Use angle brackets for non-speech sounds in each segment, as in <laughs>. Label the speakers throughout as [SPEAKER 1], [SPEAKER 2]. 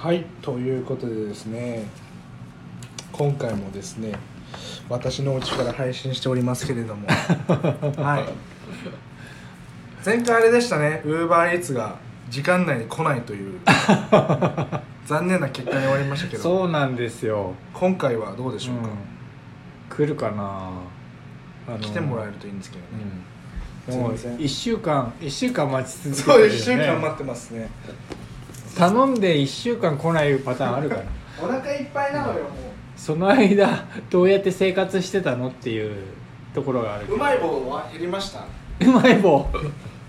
[SPEAKER 1] はいということでですね今回もですね私のお家から配信しておりますけれ
[SPEAKER 2] <laughs>
[SPEAKER 1] どもはい前回あれでしたねウーバーイーツが時間内に来ないと
[SPEAKER 2] <laughs>
[SPEAKER 1] いう残念な結果に終わりましたけど
[SPEAKER 2] そうなんですよ、
[SPEAKER 1] 今回はどうでしょうか、
[SPEAKER 2] うん来るかなあの
[SPEAKER 1] 来てもらえるといいんですけどね、
[SPEAKER 2] うん、もう
[SPEAKER 1] すいません
[SPEAKER 2] 1週間1週間待ち続け
[SPEAKER 1] そう
[SPEAKER 2] てるよ
[SPEAKER 1] 1
[SPEAKER 2] ね
[SPEAKER 1] 週間待ってますね
[SPEAKER 2] 頼んで1週間来ないパターン
[SPEAKER 1] <laughs>
[SPEAKER 2] あるから
[SPEAKER 1] お腹いっぱいなのよも
[SPEAKER 2] その間どうやって生活してたのっていうところがあるけど
[SPEAKER 1] まい棒は減りました
[SPEAKER 2] うまい棒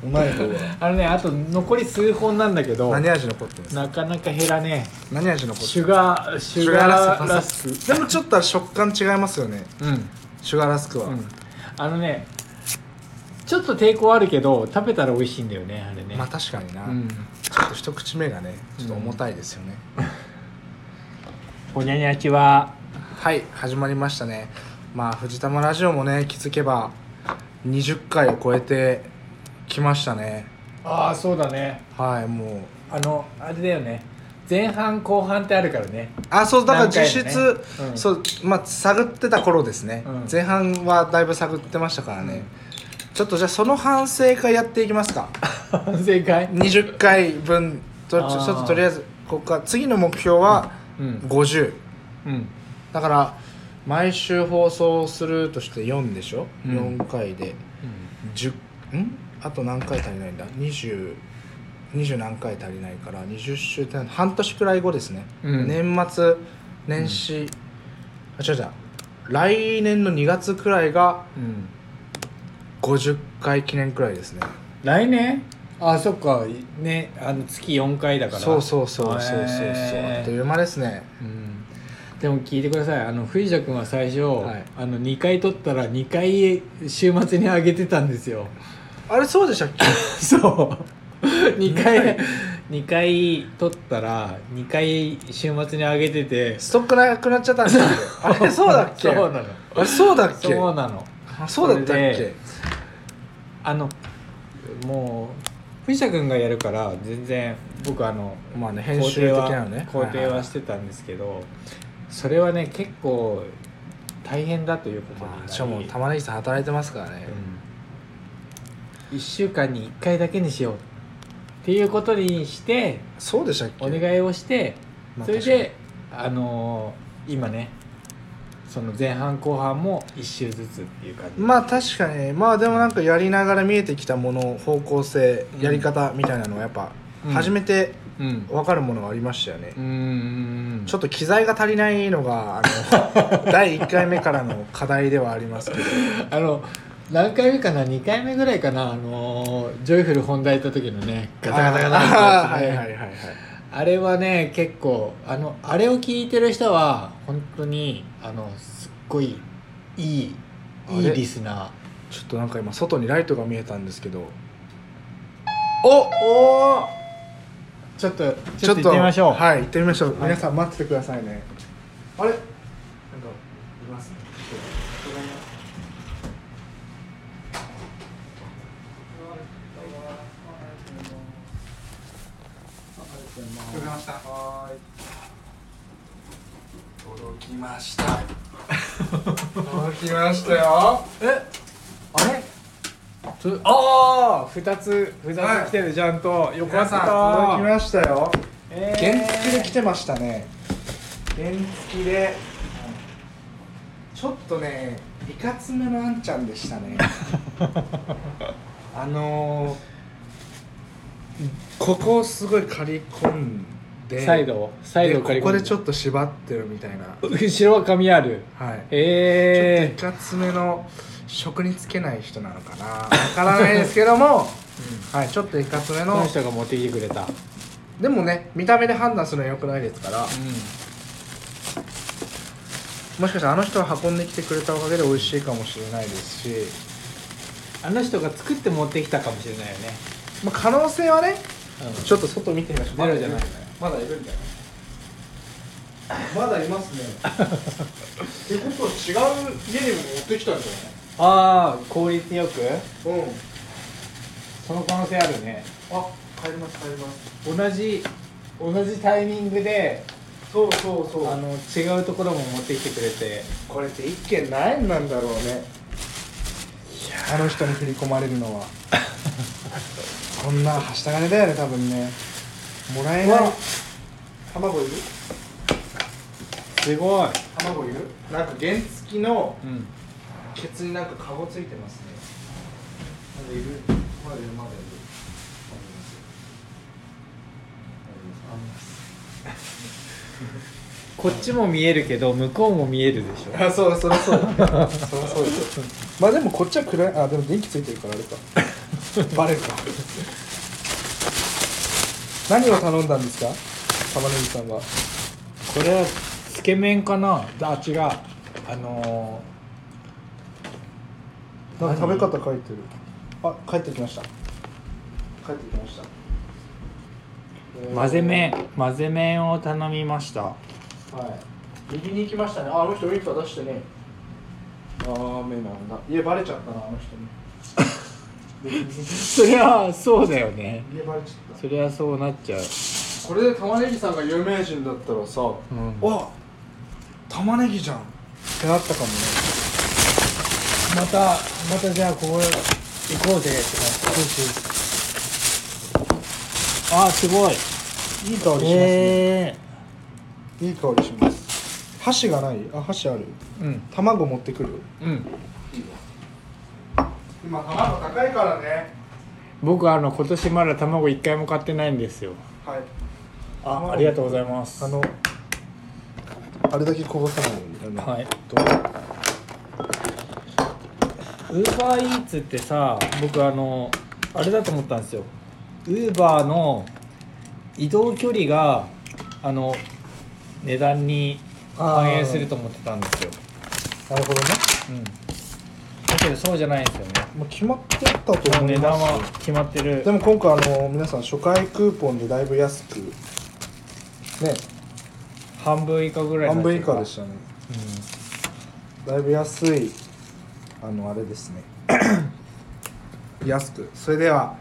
[SPEAKER 1] うまい棒は
[SPEAKER 2] あのねあと残り数本なんだけど
[SPEAKER 1] 何味のポットですか
[SPEAKER 2] なかなか減らねえ
[SPEAKER 1] 何味のポット
[SPEAKER 2] シュガー
[SPEAKER 1] シ
[SPEAKER 2] シュ
[SPEAKER 1] ュガーラ
[SPEAKER 2] ガ
[SPEAKER 1] スク
[SPEAKER 2] ーラス
[SPEAKER 1] でもちょっと食感違いますよね
[SPEAKER 2] クうん
[SPEAKER 1] シュガーラスクは、
[SPEAKER 2] うん、あのねちょっと抵抗あるけど食べたら美味しいんだよねあれね
[SPEAKER 1] まあ確かにな、
[SPEAKER 2] うん
[SPEAKER 1] ちょっと一口目がねちょっと重たいですよね、
[SPEAKER 2] ほにゃにゃちは
[SPEAKER 1] はい始まりましたねまあ藤玉ラジオもね気づけば20回を超えてきましたね
[SPEAKER 2] ああそうだね
[SPEAKER 1] はいもう
[SPEAKER 2] あのあれだよね前半後半ってあるからね
[SPEAKER 1] あそうだから実
[SPEAKER 2] 何
[SPEAKER 1] 質、
[SPEAKER 2] 回もねうん
[SPEAKER 1] そうまあ探ってた頃ですね、
[SPEAKER 2] うん
[SPEAKER 1] 前半はだいぶ探ってましたからね、ちょっとじゃあその反省会やっていきますか
[SPEAKER 2] 正解
[SPEAKER 1] 20回分とちょ
[SPEAKER 2] あー
[SPEAKER 1] ちょっととりあえずここから次の目標は
[SPEAKER 2] うん
[SPEAKER 1] 50、
[SPEAKER 2] うん
[SPEAKER 1] だから毎週放送するとして4でしょ、
[SPEAKER 2] うん
[SPEAKER 1] 4回で10んあと何回足りないんだ2020何回足りないから20週って半年くらい後ですね、
[SPEAKER 2] うん
[SPEAKER 1] 年末年始、あ違う違う来年の2月くらいが
[SPEAKER 2] うん
[SPEAKER 1] 50回記念くらいですね
[SPEAKER 2] 来年あーそっかねあの月4回だから
[SPEAKER 1] そうそうそうそうそうそう、あ
[SPEAKER 2] へー
[SPEAKER 1] っという間ですね
[SPEAKER 2] うんでも聞いてくださいあの藤田君は最初、
[SPEAKER 1] はい
[SPEAKER 2] あの2回撮ったら2回週末に上げてたんですよ
[SPEAKER 1] あれそうでしたっけ <laughs>
[SPEAKER 2] <laughs> そう2回2回撮ったら2回週末に上げてて
[SPEAKER 1] ストックなくなっちゃった
[SPEAKER 2] <laughs>
[SPEAKER 1] んですよあれそうだっけ
[SPEAKER 2] そうなの
[SPEAKER 1] あれそうだっけ
[SPEAKER 2] そうなの
[SPEAKER 1] あそうだったっ
[SPEAKER 2] それ
[SPEAKER 1] け
[SPEAKER 2] であのもう藤田君がやるから全然僕あの
[SPEAKER 1] まあね編
[SPEAKER 2] 肯
[SPEAKER 1] 集
[SPEAKER 2] 定
[SPEAKER 1] 的
[SPEAKER 2] は
[SPEAKER 1] なのね
[SPEAKER 2] 肯定
[SPEAKER 1] いい
[SPEAKER 2] はしてたんですけど、それはね結構大変だということに
[SPEAKER 1] ま
[SPEAKER 2] な
[SPEAKER 1] あ、
[SPEAKER 2] り
[SPEAKER 1] しかも玉ねぎさん働いてますからね、
[SPEAKER 2] うん、1週間に1回だけにしようっていうことにして
[SPEAKER 1] そうでしたっけ
[SPEAKER 2] お願いをして
[SPEAKER 1] まあ
[SPEAKER 2] それであのー今ねその前半後半も1周ずつっていう感じ
[SPEAKER 1] まあ確かにまあでもなんかやりながら見えてきたもの方向性
[SPEAKER 2] うん
[SPEAKER 1] やり方みたいなのはやっぱ
[SPEAKER 2] うん
[SPEAKER 1] 初めて
[SPEAKER 2] うんうん
[SPEAKER 1] 分かるものがありましたよね、
[SPEAKER 2] うんうんうん
[SPEAKER 1] ちょっと機材が足りないのがあの第1回目からの課題ではありますけど
[SPEAKER 2] <laughs> あの何回目かな2回目ぐらいかなあのージョイフル本題行った時のねガタガタガタ
[SPEAKER 1] あー
[SPEAKER 2] っ
[SPEAKER 1] は
[SPEAKER 2] て
[SPEAKER 1] い
[SPEAKER 2] や
[SPEAKER 1] <laughs>
[SPEAKER 2] つ
[SPEAKER 1] はい
[SPEAKER 2] ね
[SPEAKER 1] はいはい
[SPEAKER 2] あれはね結構あのあれを聞いてる人は本当にあのすっごいいい
[SPEAKER 1] あ
[SPEAKER 2] いい
[SPEAKER 1] れ
[SPEAKER 2] リスナ
[SPEAKER 1] ちょっとなんか今外にライトが見えたんですけどおおー
[SPEAKER 2] ーちょっとちょっと行ってみましょう
[SPEAKER 1] はい行ってみましょう、
[SPEAKER 2] い
[SPEAKER 1] 皆さん待っててくださいねあれなんかいますね人がいますあ届きましたはーい届きました届きましたよえあれ
[SPEAKER 2] つああ2つ2
[SPEAKER 1] はい
[SPEAKER 2] つ来てるじゃんとよか
[SPEAKER 1] 皆
[SPEAKER 2] っ
[SPEAKER 1] さん
[SPEAKER 2] た
[SPEAKER 1] 届きましたよ
[SPEAKER 2] えー
[SPEAKER 1] 原付で来てましたね原付でちょっとねいかつめのあんちゃんでしたねあのー、ここをすごい刈り込んで
[SPEAKER 2] サイドをサイドを
[SPEAKER 1] で
[SPEAKER 2] 借り
[SPEAKER 1] ここでちょ
[SPEAKER 2] っ
[SPEAKER 1] っと縛ってるみたいな
[SPEAKER 2] と後ろは紙ある
[SPEAKER 1] はいちょ
[SPEAKER 2] え
[SPEAKER 1] っといかつめの職につけない人なのかなわからないですけども、 <laughs> はいちょっといかつめ
[SPEAKER 2] えー、こ
[SPEAKER 1] の
[SPEAKER 2] の人が持ってきてくれた、うん、
[SPEAKER 1] でもね見た目で判断するのはよくないですからもしかしたらあの人が運んできてくれたおかげで美味しいかもしれないですし、
[SPEAKER 2] あの人が作って持ってきたかもしれないよね、
[SPEAKER 1] まあ、可能性はね
[SPEAKER 2] うん、
[SPEAKER 1] ちょっと外見てみましょう
[SPEAKER 2] ゼロじゃない
[SPEAKER 1] まだいるんだよまだいますねってことは違う家にも持ってきたんじ
[SPEAKER 2] ああ効率よく
[SPEAKER 1] ゃないうん
[SPEAKER 2] その可能性あるね
[SPEAKER 1] あ帰ります帰ります
[SPEAKER 2] 同じ同じタイミングで
[SPEAKER 1] そうそうそ
[SPEAKER 2] あの違うところも持ってきてくれて
[SPEAKER 1] これって一件何円なんだろうねあの人に振り込まれるの <laughs> はこんなはした金だよね多分ねもらえないう
[SPEAKER 2] わ
[SPEAKER 1] 卵いる
[SPEAKER 2] すごい、
[SPEAKER 1] 卵いるなんか原付きの
[SPEAKER 2] うん、
[SPEAKER 1] ケツになんかカゴついてますねまだいるまだいるまだいる
[SPEAKER 2] こっちも見えるけど向こうも見えるでしょ
[SPEAKER 1] あそうそりゃそうだねそりゃそうですよまあでもこっちは暗いあでも電気ついてるからあれかバレるか何を頼んだんですか玉ねぎさんは
[SPEAKER 2] これはつけ麺かなあ違うあの
[SPEAKER 1] なん
[SPEAKER 2] 何
[SPEAKER 1] か食べ方書いてるあ帰ってきました帰ってきましたえ
[SPEAKER 2] ー
[SPEAKER 1] ー
[SPEAKER 2] 混ぜ麺混ぜ麺を頼みました
[SPEAKER 1] はい右に行きましたねああの人ウインカー出してねあーめなんだ家バレちゃったなあの人ね右に
[SPEAKER 2] そりゃそうだよね
[SPEAKER 1] 家バレちゃった
[SPEAKER 2] そりゃそうなっちゃう
[SPEAKER 1] これで玉ねぎさんが有名人だったらさ、
[SPEAKER 2] ん
[SPEAKER 1] わ玉ねぎじゃんってなったかもね
[SPEAKER 2] またまたじゃあここ行こうぜって
[SPEAKER 1] そうそ
[SPEAKER 2] あすごい
[SPEAKER 1] い
[SPEAKER 2] う
[SPEAKER 1] い香りしますね、
[SPEAKER 2] へえ
[SPEAKER 1] いい香りします箸がないあ箸ある
[SPEAKER 2] うん
[SPEAKER 1] 卵持ってくる
[SPEAKER 2] うん
[SPEAKER 1] 今卵高いからね
[SPEAKER 2] 僕あの今年まだ卵一回も買ってないんですよ
[SPEAKER 1] はい
[SPEAKER 2] あ
[SPEAKER 1] 卵
[SPEAKER 2] ありがとうございます
[SPEAKER 1] あのあれだけこぼさないようにあの
[SPEAKER 2] はいウーバーイーツってさ僕あのあれだと思ったんですよウーバーの移動距離があの値段に反映すると思ってたんですよ、
[SPEAKER 1] なるほどね
[SPEAKER 2] うん、だけどそうじゃないんですよね
[SPEAKER 1] もう決まってたと思います
[SPEAKER 2] 値段は決まってる
[SPEAKER 1] でも今回あの皆さん初回クーポンでだいぶ安くね
[SPEAKER 2] 半分以下ぐらい
[SPEAKER 1] 半分以下で
[SPEAKER 2] ょ、
[SPEAKER 1] したね
[SPEAKER 2] うん
[SPEAKER 1] だいぶ安いあのあれですね <coughs> 安くそれでは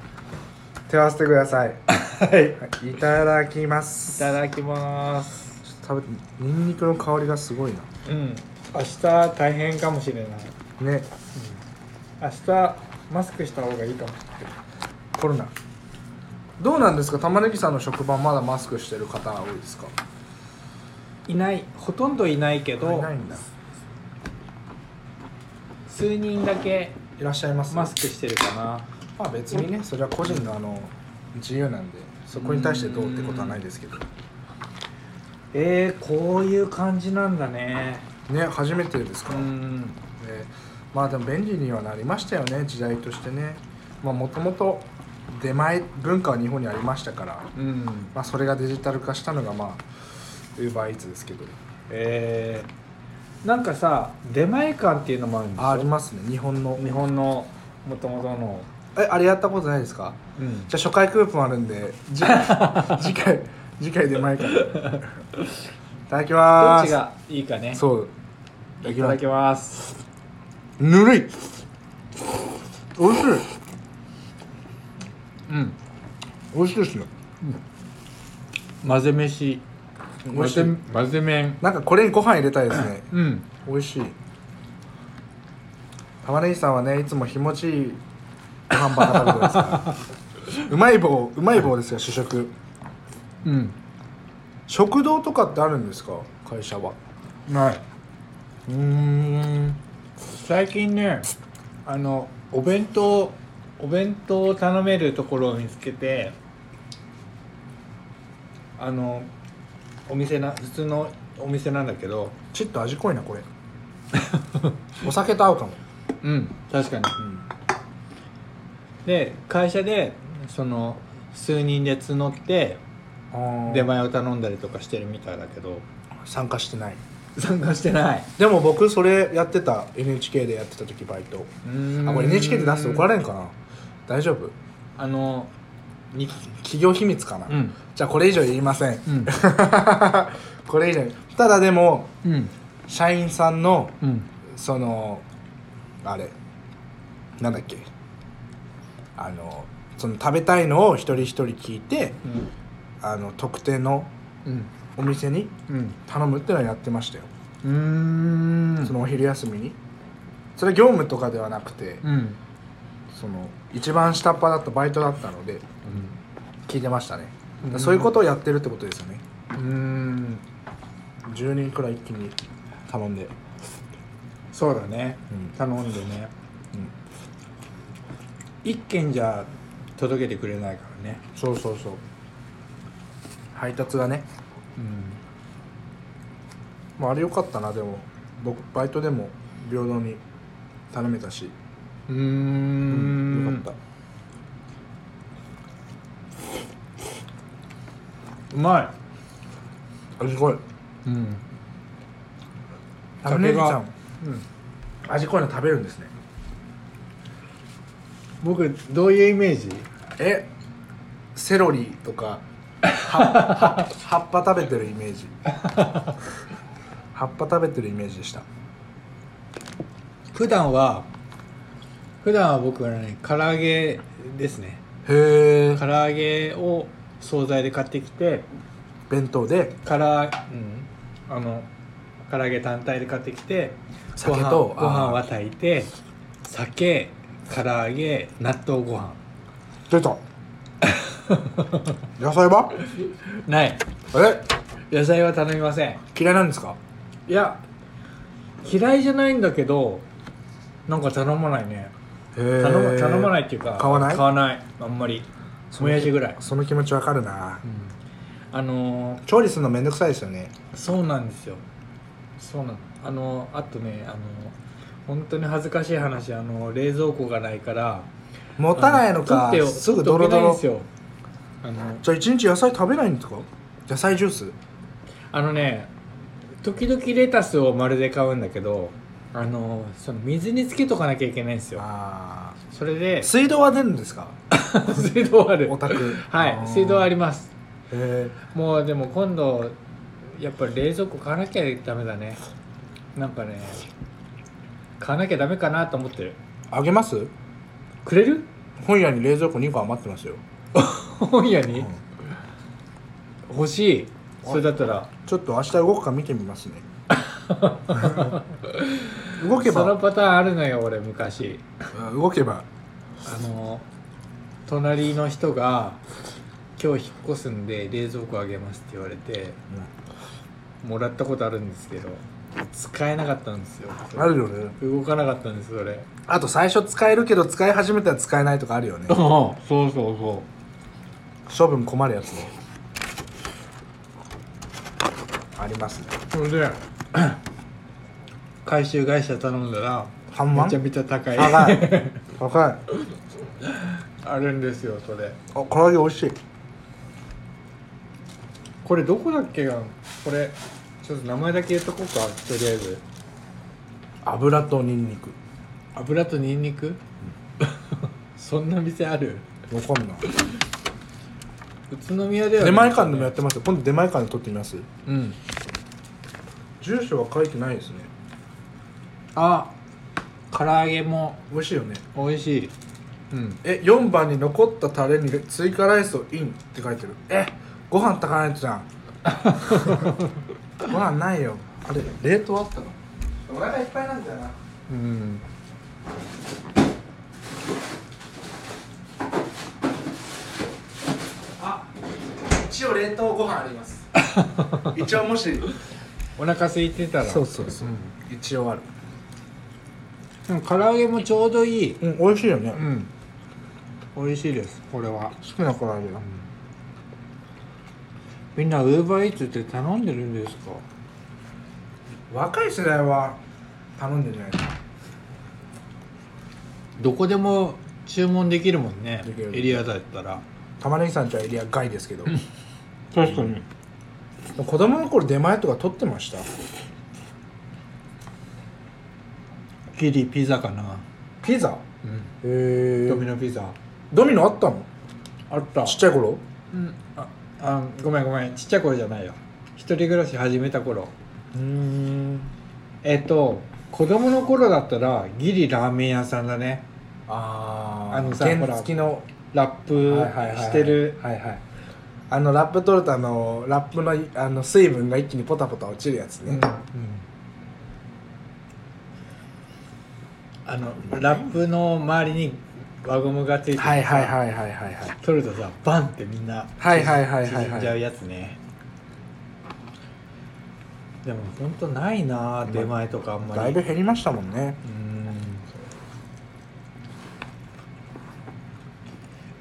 [SPEAKER 1] 手を合わせてくださいはいいただきま
[SPEAKER 2] い
[SPEAKER 1] す
[SPEAKER 2] ただきます
[SPEAKER 1] ちょっと食べてニンニクの香りがすごいな
[SPEAKER 2] うん明日大変かもしれない
[SPEAKER 1] ね
[SPEAKER 2] 明日マスクした方がいいかもしれない
[SPEAKER 1] コロナどうなんですか玉ねぎさんの職場まだマスクしてる方多いですか
[SPEAKER 2] いないほとんどいないけ
[SPEAKER 1] い
[SPEAKER 2] ど
[SPEAKER 1] ないんだ
[SPEAKER 2] 数人だけ
[SPEAKER 1] いらっしゃいます
[SPEAKER 2] マスクしてるかな
[SPEAKER 1] まあ別にねそれは個人のあの自由なんでそこに対してどうってことはないですけど
[SPEAKER 2] えー、こういう感じなんだね
[SPEAKER 1] ね初めてですか、
[SPEAKER 2] うん
[SPEAKER 1] でまあでも便利にはなりましたよね時代としてねまあもともと出前文化は日本にありましたから、
[SPEAKER 2] うん
[SPEAKER 1] まあ、それがデジタル化したのがまあウーバーイーツですけど
[SPEAKER 2] えー、なんかさ出前館っていうのもあるんですよ
[SPEAKER 1] あありますね日本の
[SPEAKER 2] 日本のもともとの
[SPEAKER 1] えあれやったことないですか
[SPEAKER 2] うん
[SPEAKER 1] じゃあ初回クーポンあるんで次
[SPEAKER 2] <laughs>
[SPEAKER 1] 回次回次回出前からいただき
[SPEAKER 2] ど
[SPEAKER 1] ま
[SPEAKER 2] っ
[SPEAKER 1] す
[SPEAKER 2] ちがいいかね
[SPEAKER 1] そういただ
[SPEAKER 2] い
[SPEAKER 1] き
[SPEAKER 2] た
[SPEAKER 1] ま
[SPEAKER 2] だ
[SPEAKER 1] す
[SPEAKER 2] きます
[SPEAKER 1] ぬるいおいしい
[SPEAKER 2] うん
[SPEAKER 1] おいしいですね
[SPEAKER 2] 混ぜ飯
[SPEAKER 1] 美味しい
[SPEAKER 2] 混ぜ麺
[SPEAKER 1] なんかこれにご飯入れたいですね
[SPEAKER 2] うん
[SPEAKER 1] 美味しい玉ねぎさんはねいつも日持ちいいハンバーガー食べてますからうまい棒うまい棒ですよ主食
[SPEAKER 2] うん
[SPEAKER 1] 食堂とかってあるんですか会社は
[SPEAKER 2] はいう
[SPEAKER 1] ーん
[SPEAKER 2] 最近ねあのお弁当お弁当を頼めるところを見つけてあのお店な普通のお店なんだけど
[SPEAKER 1] ちょっと味濃いな
[SPEAKER 2] <laughs>
[SPEAKER 1] これお酒と合うかも、
[SPEAKER 2] うん確かに
[SPEAKER 1] うん、
[SPEAKER 2] で会社でその数人で募って
[SPEAKER 1] あー
[SPEAKER 2] 出前を頼んだりとかしてるみたいだけど
[SPEAKER 1] 参加してない
[SPEAKER 2] 参加してない
[SPEAKER 1] でも僕それやってた NHK でやってた時バイトあこれ NHK で出すと怒られんかな大丈夫
[SPEAKER 2] あのに
[SPEAKER 1] 企業秘密かな、
[SPEAKER 2] うん
[SPEAKER 1] じゃあこれ以上言いません <laughs>
[SPEAKER 2] うん
[SPEAKER 1] これ以上ただでも
[SPEAKER 2] うん
[SPEAKER 1] 社員さんの
[SPEAKER 2] うん
[SPEAKER 1] そのあれなんだっけあのその食べたいのを一人一人聞いてあの特定の
[SPEAKER 2] うん
[SPEAKER 1] お店に
[SPEAKER 2] うん
[SPEAKER 1] 頼むってのはやってましたよ、
[SPEAKER 2] うーん
[SPEAKER 1] そのお昼休みにそれ業務とかではなくて
[SPEAKER 2] うんうん
[SPEAKER 1] その一番下っ端だったバイトだったので聞いてましたね、そういうことをやってるってことですよね
[SPEAKER 2] うーん
[SPEAKER 1] 10人くらい一気に頼んで
[SPEAKER 2] そうだね、
[SPEAKER 1] うん
[SPEAKER 2] 頼んでね
[SPEAKER 1] うん
[SPEAKER 2] 一軒じゃ届けてくれないからね
[SPEAKER 1] そうそうそう配達がね、
[SPEAKER 2] うん
[SPEAKER 1] まあ、あれ良かったなでも僕バイトでも平等に頼めたし
[SPEAKER 2] うー
[SPEAKER 1] 良
[SPEAKER 2] ん
[SPEAKER 1] かっ
[SPEAKER 2] うま
[SPEAKER 1] た味濃い
[SPEAKER 2] いうん
[SPEAKER 1] 食べ
[SPEAKER 2] 酒が
[SPEAKER 1] さん
[SPEAKER 2] うん
[SPEAKER 1] 味濃いの食べるんですね
[SPEAKER 2] 僕どういうイメージ
[SPEAKER 1] えセロリとかは葉っぱ食べてるイメージ葉っぱ食べてるイメージでした
[SPEAKER 2] 普段は普段は僕はね唐揚げですね
[SPEAKER 1] へえ
[SPEAKER 2] 唐揚げを惣菜で買ってきて
[SPEAKER 1] 弁当で
[SPEAKER 2] から、うん、あの唐揚げ単体で買ってきて
[SPEAKER 1] 酒と
[SPEAKER 2] ご飯ご飯
[SPEAKER 1] あー
[SPEAKER 2] は炊いて酒唐揚げ納豆ご飯
[SPEAKER 1] 出た野菜は
[SPEAKER 2] <laughs> ない
[SPEAKER 1] え
[SPEAKER 2] 野菜は頼みません
[SPEAKER 1] 嫌いなんですか
[SPEAKER 2] いや嫌いじゃないんだけどなんか頼まないね
[SPEAKER 1] 頼
[SPEAKER 2] 頼ま頼まないっていうか
[SPEAKER 1] 買わない
[SPEAKER 2] 買わないあんまりもやしぐらい、
[SPEAKER 1] その気持ちわかるな
[SPEAKER 2] うんあのー
[SPEAKER 1] 調理するのめんどくさいですよね
[SPEAKER 2] そうなんですよそうなのあのあとねあの本当に恥ずかしい話あの冷蔵庫がないから
[SPEAKER 1] 持たないのか
[SPEAKER 2] あ取ってお
[SPEAKER 1] すぐドロドロ
[SPEAKER 2] 取っておけないんですよ
[SPEAKER 1] じゃあ一日野菜食べないんですか野菜ジュース
[SPEAKER 2] あのあのね時々レタスを丸で買うんだけどあのその水につけとかなきゃいけないんですよ
[SPEAKER 1] あ
[SPEAKER 2] それで
[SPEAKER 1] ー水道は出るんですか
[SPEAKER 2] 水道ある
[SPEAKER 1] お宅
[SPEAKER 2] はい水道あ
[SPEAKER 1] り
[SPEAKER 2] ります
[SPEAKER 1] へ
[SPEAKER 2] もうでも今度やっぱり冷蔵庫買わなきゃダメだねなんかね買わなきゃダメかなと思ってる
[SPEAKER 1] ーあげます
[SPEAKER 2] くれる
[SPEAKER 1] 本屋に冷蔵庫2個余ってますよ
[SPEAKER 2] <laughs> 本屋に、
[SPEAKER 1] うん
[SPEAKER 2] 欲しいそれだったら
[SPEAKER 1] ちょっと明日動くか見てみます
[SPEAKER 2] <laughs>
[SPEAKER 1] ね動け
[SPEAKER 2] その
[SPEAKER 1] ば
[SPEAKER 2] パターンあるのよ俺昔
[SPEAKER 1] うん動けば
[SPEAKER 2] あの隣の人が「今日引っ越すんで冷蔵庫あげます」って言われてもらったことあるんですけど使えなかったんですよ
[SPEAKER 1] うんあるよね
[SPEAKER 2] 動かなかったんですそれ
[SPEAKER 1] あと最初使えるけど使い始めたら使えないとかあるよね
[SPEAKER 2] そうそうそ
[SPEAKER 1] 処分困るやつねありますね
[SPEAKER 2] うそ
[SPEAKER 1] <clears throat>
[SPEAKER 2] れで回収会社頼んだら
[SPEAKER 1] 半万
[SPEAKER 2] めちゃめちゃ高い
[SPEAKER 1] 高い高い
[SPEAKER 2] <laughs> あるんですよそれ
[SPEAKER 1] あ唐揚げ美味しい
[SPEAKER 2] これどこだっけがこれちょっと名前だけ言っとこうかとりあえず
[SPEAKER 1] 油とニンニク
[SPEAKER 2] 油とニンニク、 <laughs> そんな店ある
[SPEAKER 1] わかんない
[SPEAKER 2] 宇都宮では
[SPEAKER 1] 出前館でもや
[SPEAKER 2] や
[SPEAKER 1] ってますよ今度出前館で取ってみます
[SPEAKER 2] うん
[SPEAKER 1] 住所は書いてないですね
[SPEAKER 2] あ唐揚げも
[SPEAKER 1] 美味しいよね
[SPEAKER 2] 美味しいうん
[SPEAKER 1] え4番に残ったタレに追加ライスをインって書いてるえご飯炊かないとじゃん <laughs> ご飯ないよあれ冷凍あったのお腹いっぱいなんだよな
[SPEAKER 2] うん
[SPEAKER 1] あ一応冷凍ご飯あります <laughs> 一応もし
[SPEAKER 2] お腹空いてたら
[SPEAKER 1] そうそうそう、一応ある
[SPEAKER 2] うん唐揚げもちょうどいい
[SPEAKER 1] うん美味しいよね、
[SPEAKER 2] うん美味しいですこれは
[SPEAKER 1] 好きな唐揚げだ
[SPEAKER 2] みんなウーバーイーツって頼んでるんですか
[SPEAKER 1] 若い世代は頼んでるんじゃないですか
[SPEAKER 2] どこでも注文できるもんね
[SPEAKER 1] できる
[SPEAKER 2] エリアだったら
[SPEAKER 1] 玉ねぎさんちはエリア外ですけど
[SPEAKER 2] 確かに
[SPEAKER 1] 子供の頃出前とか取ってました
[SPEAKER 2] ギリピザかな
[SPEAKER 1] ピザ
[SPEAKER 2] うん
[SPEAKER 1] へえ
[SPEAKER 2] ドミノピザ
[SPEAKER 1] ドミノあったの
[SPEAKER 2] あった
[SPEAKER 1] ちっちゃい頃
[SPEAKER 2] うんああごめんごめんちっちゃい頃じゃないよ一人暮らし始めた頃
[SPEAKER 1] うん
[SPEAKER 2] えっ、と子供の頃だったらギリラーメン屋さんだね
[SPEAKER 1] ああ
[SPEAKER 2] あのさ
[SPEAKER 1] 原
[SPEAKER 2] ほら
[SPEAKER 1] 付きの
[SPEAKER 2] ラップしてる
[SPEAKER 1] はいはい
[SPEAKER 2] あ
[SPEAKER 1] あのラップ取るとあのラップのあの水分が一気にポタポタ落ちるやつね、
[SPEAKER 2] あのラップの周りに輪ゴムがついててさ
[SPEAKER 1] はいはいはいはいはいはい
[SPEAKER 2] 取るとさバンってみんな
[SPEAKER 1] はいはいはいはいはい
[SPEAKER 2] 縮んじゃうやつねでもほんとないなあ出前とかあんまり
[SPEAKER 1] だいぶ減りましたもんね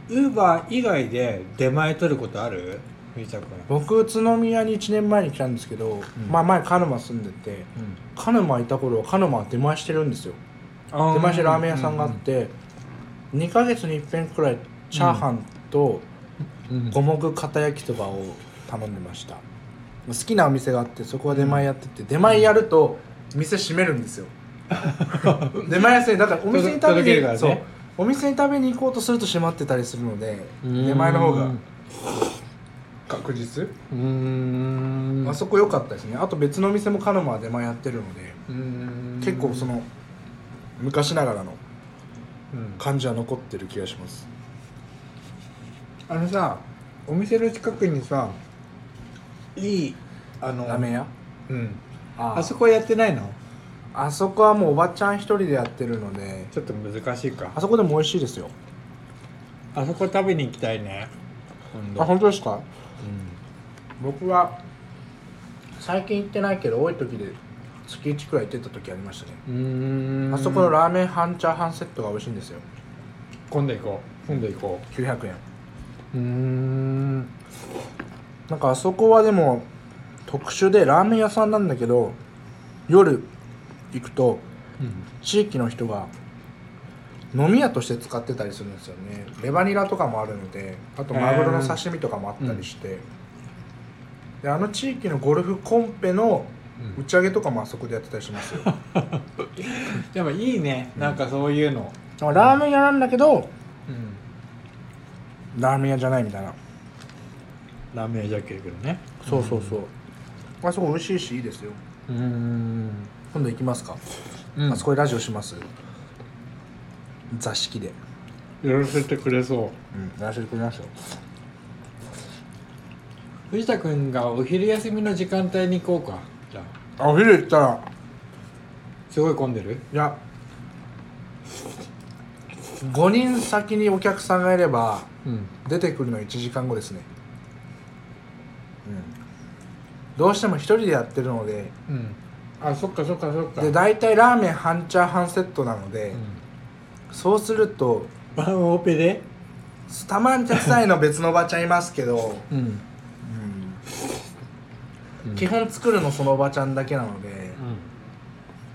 [SPEAKER 2] ウーバー以外で出前取ることある藤田君、
[SPEAKER 1] 僕宇都宮に1年前に来たんですけど、
[SPEAKER 2] ん
[SPEAKER 1] まあ前鹿沼住んでて
[SPEAKER 2] うん、
[SPEAKER 1] 鹿沼いた頃は鹿沼は出前してるんですよ出前してるラーメン屋さんがあって、2ヶ月に一遍くらいチャーハンと
[SPEAKER 2] うん
[SPEAKER 1] 五目片焼きそばを頼んでました好きなお店があってそこは出前やってて出前やると店閉めるんです
[SPEAKER 2] <laughs>
[SPEAKER 1] よ出前屋さんにだからお店に食べ
[SPEAKER 2] 届け
[SPEAKER 1] に、
[SPEAKER 2] るからね
[SPEAKER 1] そうお店に食べに行こうとすると閉まってたりするので出前の方が確実
[SPEAKER 2] うーん
[SPEAKER 1] あそこ良かったですねあと別のお店もカノマは出前やってるので
[SPEAKER 2] うーん
[SPEAKER 1] 結構その昔ながらの
[SPEAKER 2] うん
[SPEAKER 1] 感じは残ってる気がします
[SPEAKER 2] あのさお店の近くにさいいあの
[SPEAKER 1] ラーメン屋
[SPEAKER 2] うん
[SPEAKER 1] あ
[SPEAKER 2] あ
[SPEAKER 1] あ
[SPEAKER 2] そ
[SPEAKER 1] そ
[SPEAKER 2] こやってないの
[SPEAKER 1] あそこはもうおばちゃん一人でやってるので
[SPEAKER 2] ちょっと難しいか
[SPEAKER 1] あそこでも美味しいですよ
[SPEAKER 2] あそこ食べに行きたいね今度
[SPEAKER 1] あ本当ですか
[SPEAKER 2] うん
[SPEAKER 1] 僕は最近行ってないけど多い時で月1くらい行ってた時ありましたね
[SPEAKER 2] うーん
[SPEAKER 1] あそこのラーメン半チャーハンセットが美味しいんですよ
[SPEAKER 2] 今度行こう今度行こ
[SPEAKER 1] 900円
[SPEAKER 2] ううーん
[SPEAKER 1] なんかあそこはでも特殊でラーメン屋さんなんだけど夜行くと地域の人が飲み屋として使ってたりするんですよねレバニラとかもあるのであとマグロの刺身とかもあったりして、であの地域のゴルフコンペの打ち上げとかもあそこでやってたりしますよだか
[SPEAKER 2] でもいいねなんかそういうの
[SPEAKER 1] らラーメン屋なんだけど
[SPEAKER 2] うん
[SPEAKER 1] ラーメン屋じゃないみたいな
[SPEAKER 2] ラーメン屋じゃけどね
[SPEAKER 1] そうそうそう、あそこ美味しいしいいですよ
[SPEAKER 2] うーん
[SPEAKER 1] 今度行きますか、あそこでラジオします座敷で
[SPEAKER 2] やらせてくれそう
[SPEAKER 1] うんやらせてくれますよ
[SPEAKER 2] 藤田君がお昼休みの時間帯に行こうかじゃあ
[SPEAKER 1] あお昼行ったら
[SPEAKER 2] すごい混んでる
[SPEAKER 1] いや5人先にお客さんがいれば
[SPEAKER 2] うん
[SPEAKER 1] 出てくるの1時間後ですねうんどうしても1人でやってるので
[SPEAKER 2] うんあそっかそっかそっか
[SPEAKER 1] で大体ラーメン半チャーハンセットなので、
[SPEAKER 2] うん
[SPEAKER 1] そうすると
[SPEAKER 2] ワンオペで
[SPEAKER 1] たまに手伝いの別のおばちゃんいますけど、
[SPEAKER 2] うん
[SPEAKER 1] うん基本作るのそのおばちゃんだけなので、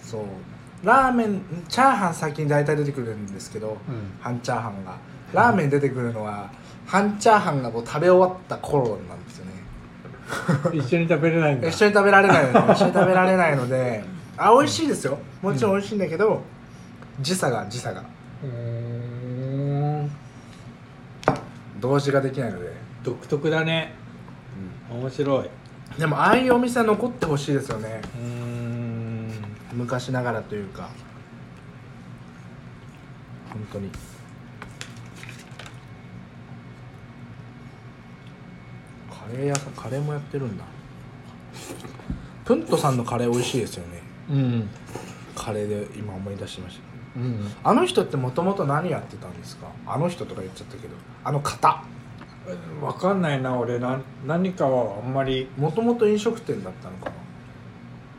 [SPEAKER 1] そうラーメンチャーハン先に大体出てくるんですけど、
[SPEAKER 2] うん
[SPEAKER 1] 半チャーハンがラーメン出てくるのは半チャーハンがもう食べ終わった頃なんですよね
[SPEAKER 2] 一緒に食べれないんだ
[SPEAKER 1] 一緒に食べられない
[SPEAKER 2] <laughs>
[SPEAKER 1] ので一緒に食べられないのであ美味しいですよもちろん美味しいんだけど、時差が時差が
[SPEAKER 2] うーん
[SPEAKER 1] 同時ができないので、
[SPEAKER 2] 独特だね面白いう
[SPEAKER 1] でもああいうお店は残ってほしいですよね
[SPEAKER 2] ーん
[SPEAKER 1] 昔ながらというか本当にカレー屋さんカレーもやってるんだプントさんのカレー美味しいですよね
[SPEAKER 2] うん
[SPEAKER 1] カレーで今思い出しまし
[SPEAKER 2] うん
[SPEAKER 1] たあの人ってもともと何やってたんですかあの人とか言っちゃったけどあの方
[SPEAKER 2] わかんないな俺な何かはあんまり
[SPEAKER 1] もともと飲食店だったのかな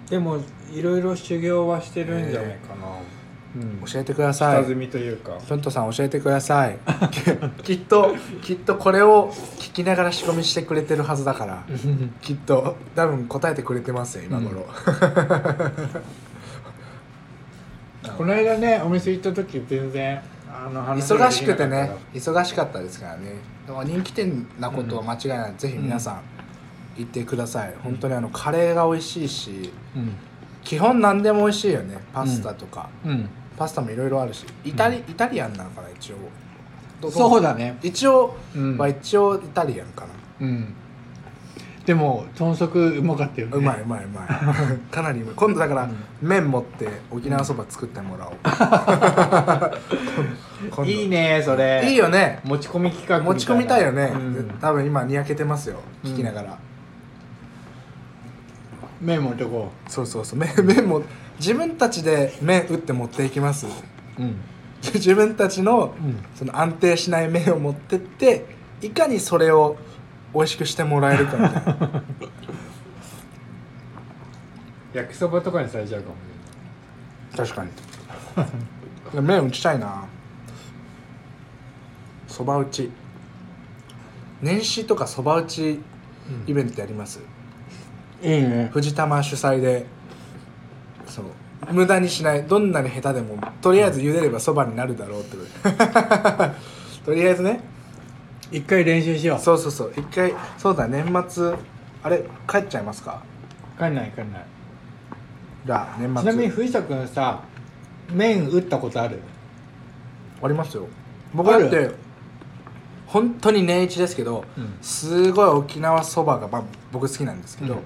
[SPEAKER 2] でもいろいろ修行はしてるんじゃないかな、うん
[SPEAKER 1] 教えてくださ
[SPEAKER 2] 下
[SPEAKER 1] い
[SPEAKER 2] 積みというか、
[SPEAKER 1] プントさん教えてくださいきっときっとこれを聞きながら仕込みしてくれてるはずだからきっと多分答えてくれてますよ今頃、
[SPEAKER 2] <laughs> この間ねお店行った時全然あの話が
[SPEAKER 1] <laughs> 忙
[SPEAKER 2] でき
[SPEAKER 1] し
[SPEAKER 2] な
[SPEAKER 1] くて
[SPEAKER 2] かったから
[SPEAKER 1] ね忙しかったですからねでも人気店なことは間違いない、ぜひ皆さん行ってください、本当にあのカレーが美味しいし
[SPEAKER 2] うん
[SPEAKER 1] 基本何でも美味しいよねパスタとか、
[SPEAKER 2] うん
[SPEAKER 1] パスタもいろいろあるしイタリ,、イタリアンなのかな一応ど
[SPEAKER 2] そう
[SPEAKER 1] だ
[SPEAKER 2] だね
[SPEAKER 1] 一応、
[SPEAKER 2] うん
[SPEAKER 1] まあ一応イタリアンかな
[SPEAKER 2] うんでも豚足うまかったよね
[SPEAKER 1] うまいうまいうま
[SPEAKER 2] <laughs>
[SPEAKER 1] いかなりうまい今度だから麺持って沖縄そば作っても
[SPEAKER 2] <laughs>
[SPEAKER 1] らおう今度
[SPEAKER 2] いいねそれ
[SPEAKER 1] いいよね
[SPEAKER 2] 持ち込み企画
[SPEAKER 1] 持ち込みたいよね、
[SPEAKER 2] うん
[SPEAKER 1] 多分今にやけてますよ聞きながら、
[SPEAKER 2] 麺持ってこ
[SPEAKER 1] そうそうそう麺 <laughs> 麺も自分たちで麺打って持っていきます <laughs>
[SPEAKER 2] ううん
[SPEAKER 1] 自分たちの
[SPEAKER 2] うん
[SPEAKER 1] その安定しない麺を持ってっていかにそれを美味しくしてもらえるかみたいな
[SPEAKER 2] 焼きそばとかにされちゃうかもね
[SPEAKER 1] 確かに麺打ちたいなそば打ち年始とかそば打ちイベントやります、
[SPEAKER 2] いいね
[SPEAKER 1] 藤玉主催でそう無駄にしないどんなに下手でもとりあえず茹でればそばになるだろうってことでと <laughs> りあえずね
[SPEAKER 2] 一回練習しよう
[SPEAKER 1] そうそうそう一回そうだ年末あれ帰っちゃいますか
[SPEAKER 2] 帰んない帰んない
[SPEAKER 1] じゃあ年末
[SPEAKER 2] ちなみに藤田君さ麺打ったことある
[SPEAKER 1] ありますよ僕だっ
[SPEAKER 2] あ
[SPEAKER 1] て
[SPEAKER 2] る
[SPEAKER 1] 本当に年一ですけど、
[SPEAKER 2] うん
[SPEAKER 1] すごい沖縄そばが、まあ、僕好きなんですけど、
[SPEAKER 2] うん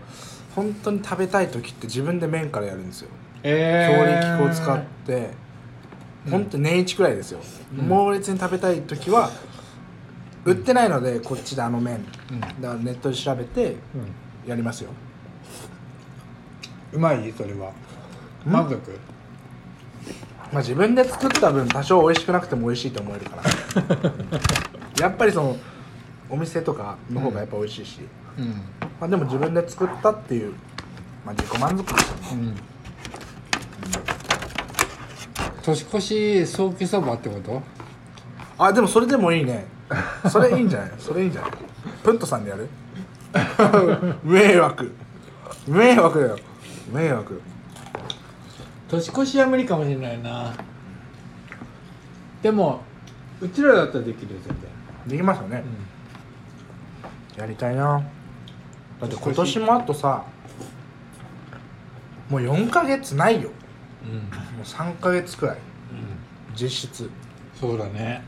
[SPEAKER 1] 本当に食べたい時って自分で麺からやるんですよ強
[SPEAKER 2] え
[SPEAKER 1] 力粉を使って、本当に年一くらいですよ、
[SPEAKER 2] うん
[SPEAKER 1] 猛烈に食べたい時は売ってないのでこっちであの麺
[SPEAKER 2] うん
[SPEAKER 1] だからネットで調べて
[SPEAKER 2] うん
[SPEAKER 1] やりますよ
[SPEAKER 2] うまいそれは満足
[SPEAKER 1] まあ、自分で作った分多少美味しくなくても美味しいと思えるからやっぱりそのお店とかの方がやっぱ美味しいし、
[SPEAKER 2] うん
[SPEAKER 1] まあ、でも自分で作ったっていう、まあ、自己満足ですよね
[SPEAKER 2] うん年越しソーキそばってこと
[SPEAKER 1] あでもそれでもいいねそれいいんじゃないそれいいんじゃないプントさんでやる <laughs> 迷惑迷惑だよ迷惑
[SPEAKER 2] 年越しは無理かもしれないなでもうちらだったらできるよ全然、
[SPEAKER 1] できますよね、やりたいなだって今年もあとさもう4ヶ月ないよ
[SPEAKER 2] うんうん
[SPEAKER 1] もう3ヶ月くらい実質
[SPEAKER 2] そうだね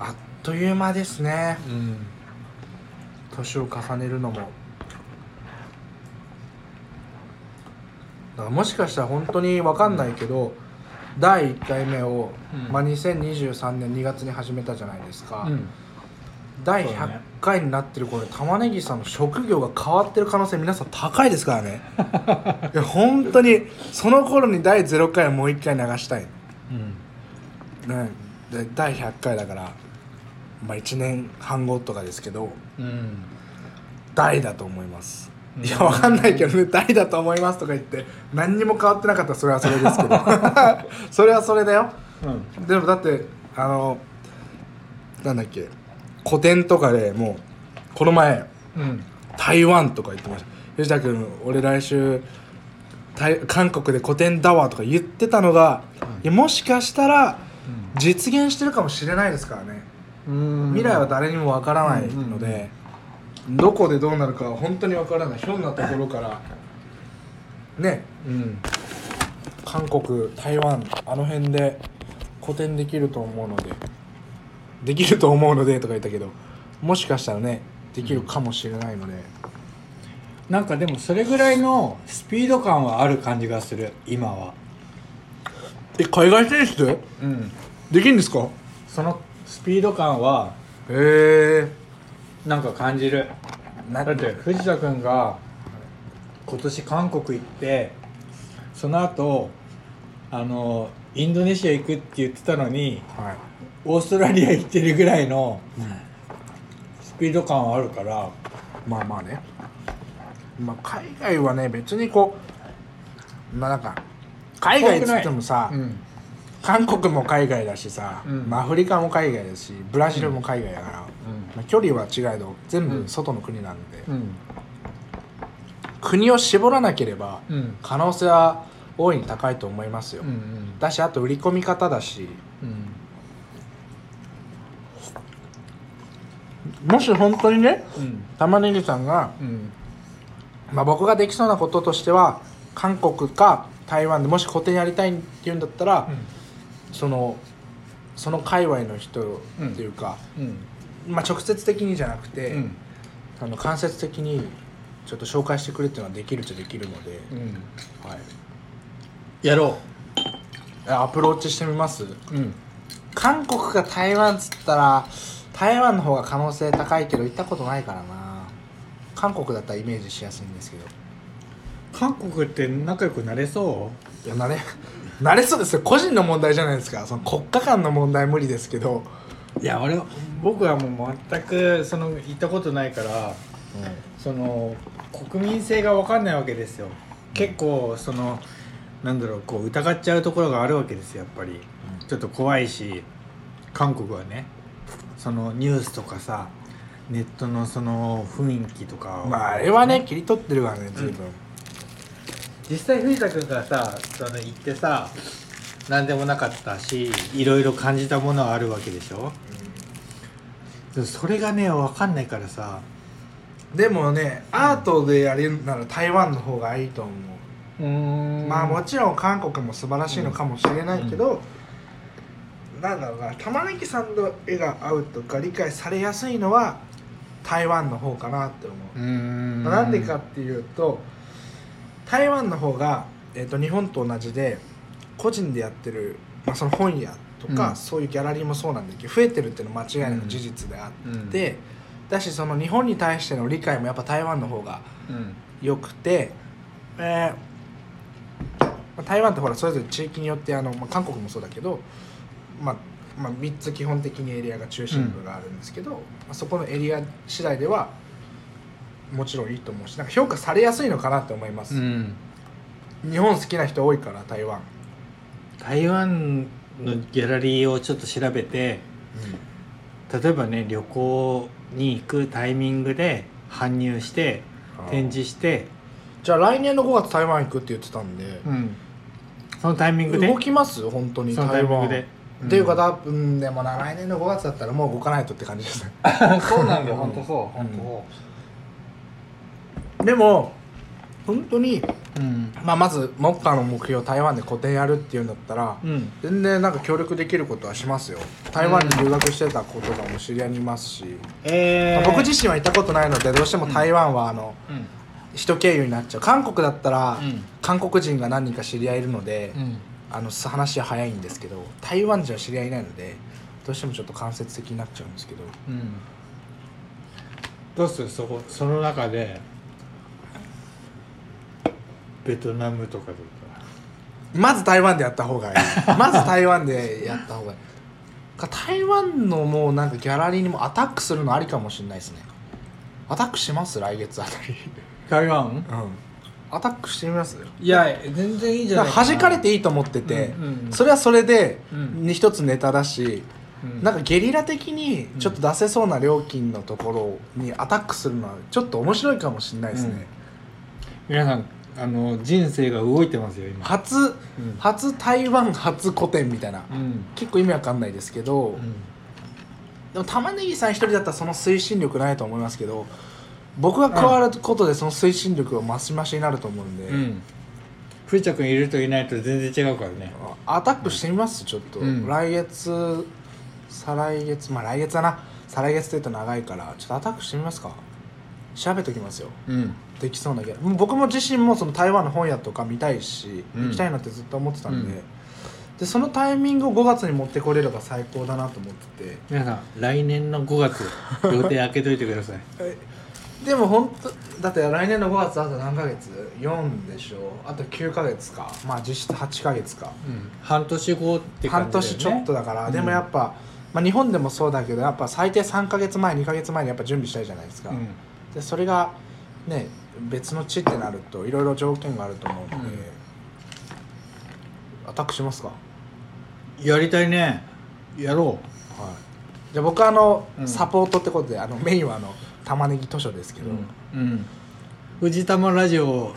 [SPEAKER 1] あっという間ですね
[SPEAKER 2] うん
[SPEAKER 1] 年を重ねるのもだからもしかしたら本当に分かんないけど、第1回目を、
[SPEAKER 2] うん
[SPEAKER 1] まあ、2023年2月に始めたじゃないですか、
[SPEAKER 2] うん
[SPEAKER 1] 第
[SPEAKER 2] そうだね
[SPEAKER 1] 100回になってる頃に玉ねぎさんの職業が変わってる可能性皆さん高いですから
[SPEAKER 2] <laughs>
[SPEAKER 1] ねいや本当にその頃に第0回をもう1回流したいね、で第100回だから、まあ、1年半後とかですけど
[SPEAKER 2] うんうん
[SPEAKER 1] 大だと思います、
[SPEAKER 2] うん
[SPEAKER 1] いやわかんないけどね大だと思いますとか言って何にも変わってなかったらそれはそれですけ
[SPEAKER 2] <laughs>
[SPEAKER 1] どそれはそれだよ
[SPEAKER 2] うん
[SPEAKER 1] でもだってあのなんだっけ古典とかでもうこの前
[SPEAKER 2] うん
[SPEAKER 1] 台湾とか言ってました吉田君俺来週台韓国で古典だわとか言ってたのが、いやもしかしたら実現してるかもしれないですからね、
[SPEAKER 2] うん
[SPEAKER 1] 未来は誰にもわからないので、どこでどうなるかは本当にわからないひょんなところからね
[SPEAKER 2] うん
[SPEAKER 1] 韓国台湾あの辺で個展できると思うのでできると思うのでとか言ったけどもしかしたらねできるかもしれないので、
[SPEAKER 2] なんかでもそれぐらいのスピード感はある感じがする今は
[SPEAKER 1] え海外進出
[SPEAKER 2] うん
[SPEAKER 1] できるんですか
[SPEAKER 2] そのスピード感は
[SPEAKER 1] へえ
[SPEAKER 2] なんか感じる
[SPEAKER 1] だ
[SPEAKER 2] だって藤田君が今年韓国行ってその後あのインドネシア行くって言ってたのに
[SPEAKER 1] はい
[SPEAKER 2] オーストラリア行ってるぐらいのスピード感はあるから
[SPEAKER 1] まあまあね、まあ、海外はね別にこうまあなんか海外っつってもさ、
[SPEAKER 2] うん
[SPEAKER 1] 韓国も海外だしさ、
[SPEAKER 2] うん
[SPEAKER 1] まあアフリカも海外だしブラジルも海外だから、まあ、距離は違えど全部外の国なんで、
[SPEAKER 2] うん
[SPEAKER 1] 国を絞らなければ
[SPEAKER 2] うん
[SPEAKER 1] 可能性は大いに高いと思いますよ、
[SPEAKER 2] うんうん
[SPEAKER 1] だしあと売り込み方だし
[SPEAKER 2] うん
[SPEAKER 1] もし本当にね
[SPEAKER 2] うん
[SPEAKER 1] 玉ねぎさんが、
[SPEAKER 2] うん
[SPEAKER 1] まあ、僕ができそうなこととしては韓国か台湾でもし個展やりたいっていうんだったら、そのその界隈の人っていうか、
[SPEAKER 2] うん
[SPEAKER 1] まあ、直接的にじゃなくて、
[SPEAKER 2] うん
[SPEAKER 1] あの間接的にちょっと紹介してくれっていうのはできるっちゃできるので、
[SPEAKER 2] うん
[SPEAKER 1] はい、
[SPEAKER 2] やろ
[SPEAKER 1] えアプローチしてみます
[SPEAKER 2] ううん
[SPEAKER 1] 韓国が台湾っつったら台湾の方が可能性高いけど行ったことないからな韓国だったらイメージしやすいんですけど
[SPEAKER 2] 韓国って仲良くなれそ
[SPEAKER 1] いや慣れ慣れそうですよ個人の問題じゃないですかその国家間の問題無理ですけど、
[SPEAKER 2] ういや俺は僕はもう全くその行ったことないからその国民性が分かんないわけですよ結構そのなんだろうこう疑っちゃうところがあるわけですよやっぱりちょっと怖いし韓国はねそのニュースとかさネットのその雰囲気とかを
[SPEAKER 1] まああれはね切り取ってるわね随分、
[SPEAKER 2] 実際藤田君がさその行ってさ何でもなかったしいろいろ感じたものはあるわけでしょでもそれがね分かんないからさ
[SPEAKER 1] でもねアートでやれるなら台湾の方がいいと思う、
[SPEAKER 3] うん
[SPEAKER 1] まあもちろん韓国も素晴らしいのかもしれないけど、なんだろうな玉ねぎさんの絵が合うとか理解されやすいのは台湾の方かなって思う、
[SPEAKER 2] ん
[SPEAKER 1] なんでかっていうと台湾の方が、えー、と日本と同じで個人でやってる、まあ、その本屋とか、
[SPEAKER 2] うん
[SPEAKER 1] そういうギャラリーもそうなんだけど増えてるっていうのは間違いなく事実であって、だしその日本に対しての理解もやっぱ台湾の方が
[SPEAKER 2] うん
[SPEAKER 1] よくて、えー台湾ってほらそれぞれ地域によってあの、まあ、韓国もそうだけど、まあまあ、3つ基本的にエリアが中心部があるんですけど、まあそこのエリア次第ではもちろんいいと思うしなんか評価されやすいのかなって思います、
[SPEAKER 2] うん
[SPEAKER 1] 日本好きな人多いから台湾、
[SPEAKER 2] 台湾のギャラリーをちょっと調べて例えばね旅行に行くタイミングで搬入して展示して、
[SPEAKER 1] じゃあ来年の5月台湾行くって言ってたんで、
[SPEAKER 2] うんそのタイミングで
[SPEAKER 1] 動きます本当に
[SPEAKER 2] そのタ
[SPEAKER 1] 台
[SPEAKER 2] イミン
[SPEAKER 1] 湾
[SPEAKER 2] グで
[SPEAKER 1] っていうか多分でもな来年の5月だったらもう動かないとって感じですね
[SPEAKER 2] そうなんだよ
[SPEAKER 1] 本当
[SPEAKER 2] そう
[SPEAKER 1] 本当でも本当に、
[SPEAKER 2] 当うん
[SPEAKER 1] まあ、まず目下の目標台湾で個展やるっていうんだったら
[SPEAKER 2] うん
[SPEAKER 1] 全然なんか協力できることはしますよ台湾に留学してた子とかも知り合いにいますし、
[SPEAKER 2] えー、
[SPEAKER 1] 僕自身は行ったことないのでどうしても台湾はあの
[SPEAKER 2] うん
[SPEAKER 1] 人経由になっちゃう韓国だったら
[SPEAKER 2] うん
[SPEAKER 1] 韓国人が何人か知り合いいるので、
[SPEAKER 2] うん
[SPEAKER 1] あの話は早いんですけど台湾人は知り合いいないのでどうしてもちょっと間接的になっちゃうんですけど
[SPEAKER 2] うんどうするそこその中でベトナムとかどうか
[SPEAKER 1] まず台湾でやった
[SPEAKER 2] <laughs>
[SPEAKER 1] 方がいいまず台湾でやった方がいいか台湾のもうなんかギャラリーにもアタックするのありかもしれないですねアタックします来月あたり
[SPEAKER 2] 台湾
[SPEAKER 1] うんアタックしてみます
[SPEAKER 2] いや全然いいじゃない
[SPEAKER 1] 弾かれ
[SPEAKER 2] い
[SPEAKER 1] ていいと思ってて、
[SPEAKER 2] うんうんうん
[SPEAKER 1] それはそれで、
[SPEAKER 2] うん
[SPEAKER 1] 一つネタだし、
[SPEAKER 2] うん
[SPEAKER 1] なんかゲリラ的にちょっと出せそうな料金のところにアタックするのはちょっと面白いかもしれないですね、
[SPEAKER 2] 皆さんあの人生が動いてますよ今
[SPEAKER 1] 初
[SPEAKER 2] うん
[SPEAKER 1] 初台湾初個展みたいな、
[SPEAKER 2] うん
[SPEAKER 1] 結構意味わかんないですけど、でも玉ねぎさん一人だったらその推進力ないと思いますけど僕が加わることでその推進力がマシマシになると思うんで、
[SPEAKER 2] うんふーちゃくんいるといないと全然違うからね
[SPEAKER 1] あアタックしてみますちょっと、
[SPEAKER 2] うん
[SPEAKER 1] 来月再来月まあ来月だな再来月って言うと長いからちょっとアタックしてみますか調べときますよ
[SPEAKER 2] うん
[SPEAKER 1] できそうなけど僕も自身もその台湾の本屋とか見たいし、
[SPEAKER 2] うん
[SPEAKER 1] 行きたいなってずっと思ってたんで,、
[SPEAKER 2] うん
[SPEAKER 1] でそのタイミングを5月に持ってこれれば最高だなと思ってて
[SPEAKER 2] 皆さん来年の5月予定開けといてください
[SPEAKER 1] でも本当だって来年の5月あと何ヶ月 ?4 でしょあと9ヶ月かまあ実質8ヶ月か、
[SPEAKER 2] うん半年後って感
[SPEAKER 1] 半
[SPEAKER 2] じだよ
[SPEAKER 1] 年
[SPEAKER 2] ね
[SPEAKER 1] ちょっとだから、
[SPEAKER 2] うん
[SPEAKER 1] でもやっぱ、まあ、日本でもそうだけどやっぱ最低3ヶ月前2ヶ月前にやっぱ準備したいじゃないですか、
[SPEAKER 2] うん
[SPEAKER 1] でそれがね別の地ってなるといろいろ条件があると思うので、アタックしますかはい
[SPEAKER 2] やりたいねやろ
[SPEAKER 1] じゃあ僕はあの、
[SPEAKER 2] うん
[SPEAKER 1] サポートってことであのメインはあの玉ねぎ図書ですけ
[SPEAKER 2] う
[SPEAKER 1] ど、
[SPEAKER 2] うん藤玉ラジオ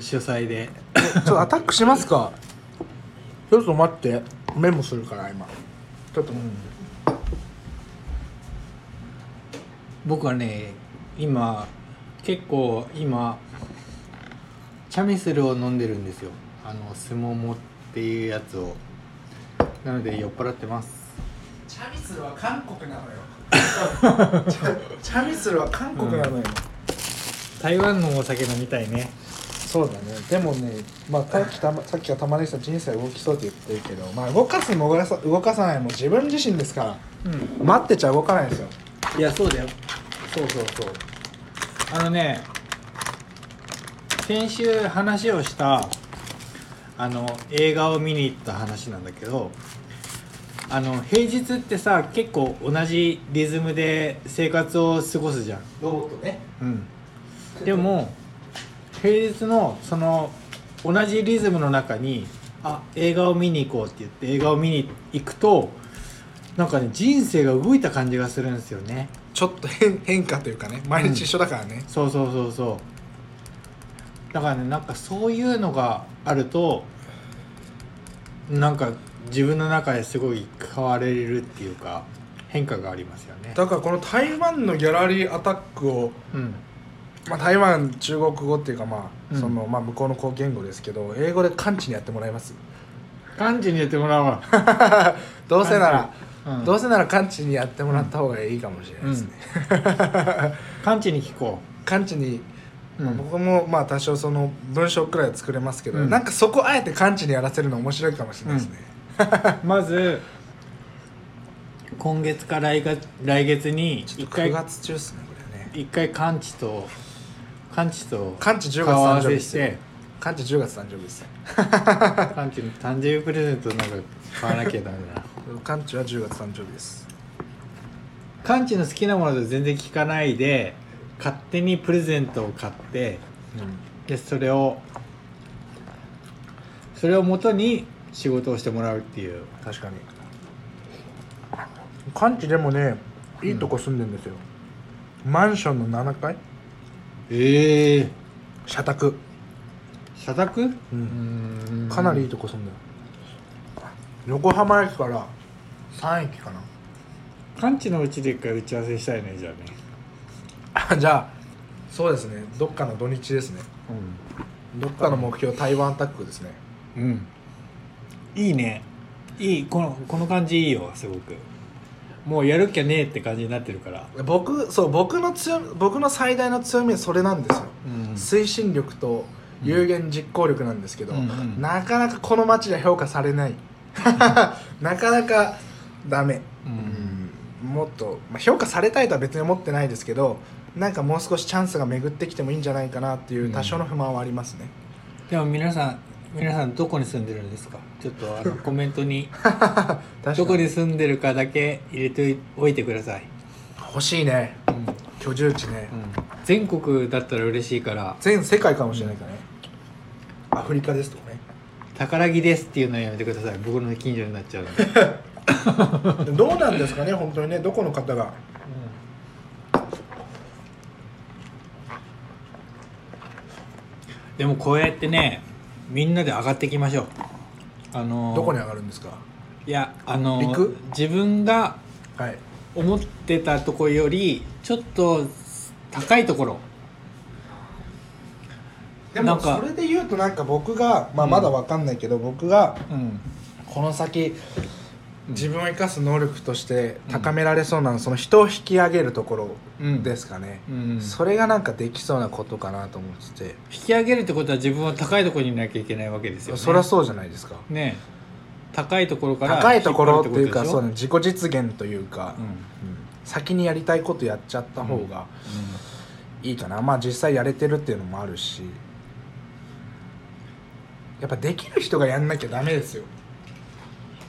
[SPEAKER 2] 主催で
[SPEAKER 1] ちょっとアタックしますかちょっと待ってメモするから今ちょっと、
[SPEAKER 2] 僕はね今結構今チャミスルを飲んでるんですよあのスモモっていうやつをなので酔っ払ってます
[SPEAKER 1] チャミスルは韓国なのよ <laughs> チャミスルは韓国なのよ、
[SPEAKER 2] 台湾のお酒飲みたいね
[SPEAKER 1] そうだねでもね、まあ、さっきたまさっきはたまにした人生は動きそうって言ってるけど、まあ、動かすも動かさ動かさないも自分自身ですから
[SPEAKER 2] うん
[SPEAKER 1] 待ってちゃ動かないですよ
[SPEAKER 2] いやそうだよそうそうそうあのね先週話をしたあの映画を見に行った話なんだけどあの平日ってさ結構同じリズムで生活を過ごすじゃん
[SPEAKER 1] ロボットね
[SPEAKER 2] うんでも平日のその同じリズムの中にあ映画を見に行こうって言って映画を見に行くとなんかね人生が動いた感じがするんですよね
[SPEAKER 1] ちょっと変変化というかね毎日一緒だからね、
[SPEAKER 2] そうそうそうそうだからねなんかそういうのがあるとなんか自分の中ですごい変われるっていうか変化がありますよね
[SPEAKER 1] だからこの台湾のギャラリーアタックを、
[SPEAKER 2] うん
[SPEAKER 1] まあ、台湾中国語っていうかまあ、
[SPEAKER 2] うん
[SPEAKER 1] そのまあ向こうのこう言語ですけど英語で完治にやってもらいます
[SPEAKER 2] 漢字にやってもらおうわ、
[SPEAKER 1] どうせなら、
[SPEAKER 2] うん、
[SPEAKER 1] <laughs> どうせなら完治にやってもらった方がいいかもしれないですね、
[SPEAKER 2] 漢字に聞こ
[SPEAKER 1] 完治に
[SPEAKER 2] う、
[SPEAKER 1] まあ僕もまあ多少その文章くらいは作れますけど、
[SPEAKER 2] うん
[SPEAKER 1] なんかそこあえて完治にやらせるの面白いかもしれないですね、
[SPEAKER 2] まず今月か来月来月に
[SPEAKER 1] ちょ
[SPEAKER 2] 一
[SPEAKER 1] っと9
[SPEAKER 2] 回
[SPEAKER 1] 月中っすねこれね
[SPEAKER 2] 一回完治と完治と
[SPEAKER 1] 完治10月
[SPEAKER 2] 顔合
[SPEAKER 1] 誕生
[SPEAKER 2] わ
[SPEAKER 1] 日
[SPEAKER 2] せ
[SPEAKER 1] で
[SPEAKER 2] し
[SPEAKER 1] すよ
[SPEAKER 2] て
[SPEAKER 1] 完治10月誕生日です
[SPEAKER 2] 完治の誕生日プレゼントなんか買わなきゃダメだな
[SPEAKER 1] 完治は10月誕生日です
[SPEAKER 2] 完治の好きなものと全然聞かないで勝手にプレゼントを買ってでそれをそれをもとに仕事をしてもらうっていう
[SPEAKER 1] 確かに完治でもねいいとこ住んでんですよ、マンションの7階
[SPEAKER 2] ええ
[SPEAKER 1] 社宅、
[SPEAKER 2] 社宅
[SPEAKER 1] うんかなりいいとこ住んでる横浜駅から3駅かな
[SPEAKER 2] 完治のうちで一回打ち合わせしたいねじゃあね
[SPEAKER 1] あじゃあそうですねどっかの土日ですね
[SPEAKER 2] うん
[SPEAKER 1] どっかの目標台湾アタックですね
[SPEAKER 2] うんいいねいいこのこの感じいいよすごくもうやるっきゃねえって感じになってるから、
[SPEAKER 1] 僕そう僕の強み僕の最大の強みはそれなんですよ、
[SPEAKER 2] うん
[SPEAKER 1] 推進力と有言実行力なんですけど、
[SPEAKER 2] うんうん
[SPEAKER 1] なかなかこの街では評価され
[SPEAKER 2] <laughs>
[SPEAKER 1] ないなかなかダメ、うんもっと、まあ、評価されたいとは別に思ってないですけどなんかもう少しチャンスが巡ってきてもいいんじゃないかなっていう多少の不満はありますね、
[SPEAKER 2] でも皆さん皆さんどこに住んでるんですかちょっとあのコメント
[SPEAKER 1] <laughs>
[SPEAKER 2] にど
[SPEAKER 1] 確か
[SPEAKER 2] こ
[SPEAKER 1] に
[SPEAKER 2] に住んでるかだけ入れておいてください、
[SPEAKER 1] 欲しいね
[SPEAKER 2] うん
[SPEAKER 1] 居住地ね、
[SPEAKER 2] 全国だったら嬉しいから
[SPEAKER 1] 全世界かもしれないからね、アフリカですと <laughs> かね
[SPEAKER 2] 宝木ですっていうのはやめてください僕の近所になっちゃう
[SPEAKER 1] <laughs>
[SPEAKER 2] ので、
[SPEAKER 1] どうなんですかね本当にねどこの方が
[SPEAKER 2] でもこうやってねみんなで上がっていきましょうあの
[SPEAKER 1] どこに上がるんですか
[SPEAKER 2] いやあの
[SPEAKER 1] 陸
[SPEAKER 2] 自分が
[SPEAKER 1] はい
[SPEAKER 2] 思ってたとこよりちょっと高いところ
[SPEAKER 1] で
[SPEAKER 2] な
[SPEAKER 1] も
[SPEAKER 2] んか
[SPEAKER 1] それで言うとなんか僕が、まあ、まだわかんないけど、僕が
[SPEAKER 2] うん
[SPEAKER 1] この先自分を生かす能力として高められそうなのその人を引き上げるところですかね、
[SPEAKER 2] うん
[SPEAKER 1] それがなんかできそうなことかなと思ってて、
[SPEAKER 2] 引き上げるってことは自分は高いところにいなきゃいけないわけですよね
[SPEAKER 1] そりゃそうじゃないですか
[SPEAKER 2] ね高いところから
[SPEAKER 1] 高いところっていうか
[SPEAKER 2] 引っ
[SPEAKER 1] そ
[SPEAKER 2] 張
[SPEAKER 1] う
[SPEAKER 2] る
[SPEAKER 1] ね
[SPEAKER 2] ってこ
[SPEAKER 1] 自己実現というか、
[SPEAKER 2] とでしょうん
[SPEAKER 1] うん先にやりたいことやっちゃった方がいいかな、まあ実際やれてるっていうのもあるしやっぱできる人がやんなきゃダメですよ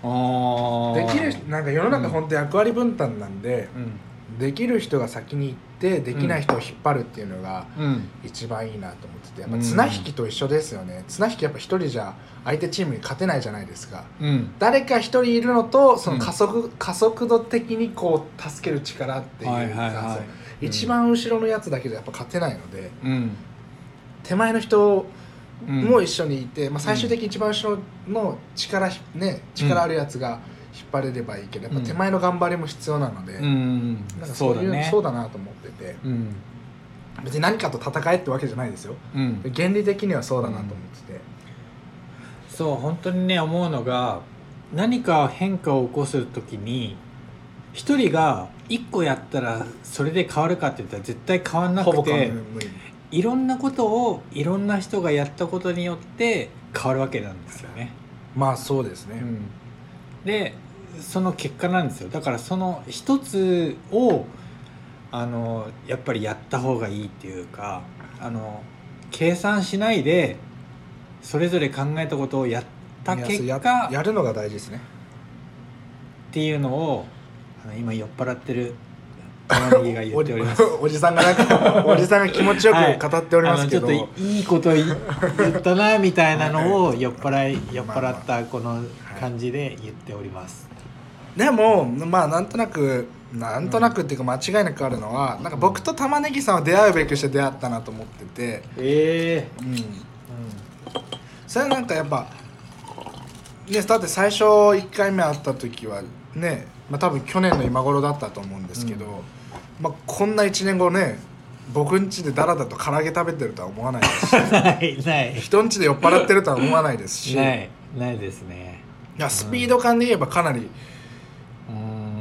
[SPEAKER 2] あ
[SPEAKER 1] で
[SPEAKER 2] ー
[SPEAKER 1] きる人なんか世の中本当役割分担なんで、
[SPEAKER 2] うん
[SPEAKER 1] できる人が先に行ってできない人を引っ張るっていうのが
[SPEAKER 2] うん
[SPEAKER 1] 一番いいなと思っててやっぱ綱引きと一緒ですよね、綱引きやっぱ一人じゃ相手チームに勝てないじゃないですか
[SPEAKER 2] うん
[SPEAKER 1] 誰か一人いるのとその
[SPEAKER 2] うん
[SPEAKER 1] 加速、加速度的にこう助ける力っていうか、
[SPEAKER 2] はいはいはい
[SPEAKER 1] そう一番後ろのやつだけじゃやっぱ勝てないので、
[SPEAKER 2] うん
[SPEAKER 1] 手前の人
[SPEAKER 2] うん
[SPEAKER 1] も一緒にいて、まあ、最終的に一番後ろの力,、ね、力あるやつが引っ張れればいいけどやっぱ手前の頑張りも必要なので、
[SPEAKER 2] うん
[SPEAKER 1] なんかそ
[SPEAKER 2] そううだ
[SPEAKER 1] いう
[SPEAKER 2] ね
[SPEAKER 1] そうだなと思ってて
[SPEAKER 2] うん
[SPEAKER 1] 別に何かと戦えってわけじゃないですよ
[SPEAKER 2] うん
[SPEAKER 1] 原理的にはそうだなと思ってて、
[SPEAKER 2] そう本当にね思うのが何か変化を起こす時に一人が1個やったらそれで変わるかって言ったら絶対変わんな
[SPEAKER 1] ほぼ
[SPEAKER 2] く
[SPEAKER 1] 完
[SPEAKER 2] て
[SPEAKER 1] 全無理
[SPEAKER 2] いろんなことをいろんな人がやったことによって変わるわけなんですよね。
[SPEAKER 1] まあそうですね、
[SPEAKER 2] でその結果なんですよだからその一つをあのやっぱりやった方がいいっていうかあの計算しないでそれぞれ考えたことをやった結
[SPEAKER 1] いやそうや
[SPEAKER 2] 果
[SPEAKER 1] やるのが大事ですね。
[SPEAKER 2] っていうのをあの今酔っ払ってる玉ねぎが言っております
[SPEAKER 1] おじ <laughs> さんがなん
[SPEAKER 2] <laughs>
[SPEAKER 1] かおじさんが気持ちよく語っておりますけど、
[SPEAKER 2] あのちょっといいこと言ったなみたいなのを酔っ払い酔っ払ったこの感じで言っております。
[SPEAKER 1] でもまあなんとなくなんとなくっていうか間違いなくあるのは、なんか僕と玉ねぎさんは出会うべくして出会ったなと思ってて、
[SPEAKER 2] え
[SPEAKER 1] うん、
[SPEAKER 2] え
[SPEAKER 1] それはなんかやっぱ、ね、だって最初1回目会った時はね、まあ、多分去年の今頃だったと思うんですけど、まあ、こんな1年後ね僕ん家でダラダと唐揚げ食べてるとは思わないですし
[SPEAKER 2] <laughs> ないない
[SPEAKER 1] 人ん家で酔っ払ってるとは思わないですし
[SPEAKER 2] ないないですね
[SPEAKER 1] いやスピード感で言えばかなり
[SPEAKER 2] うーん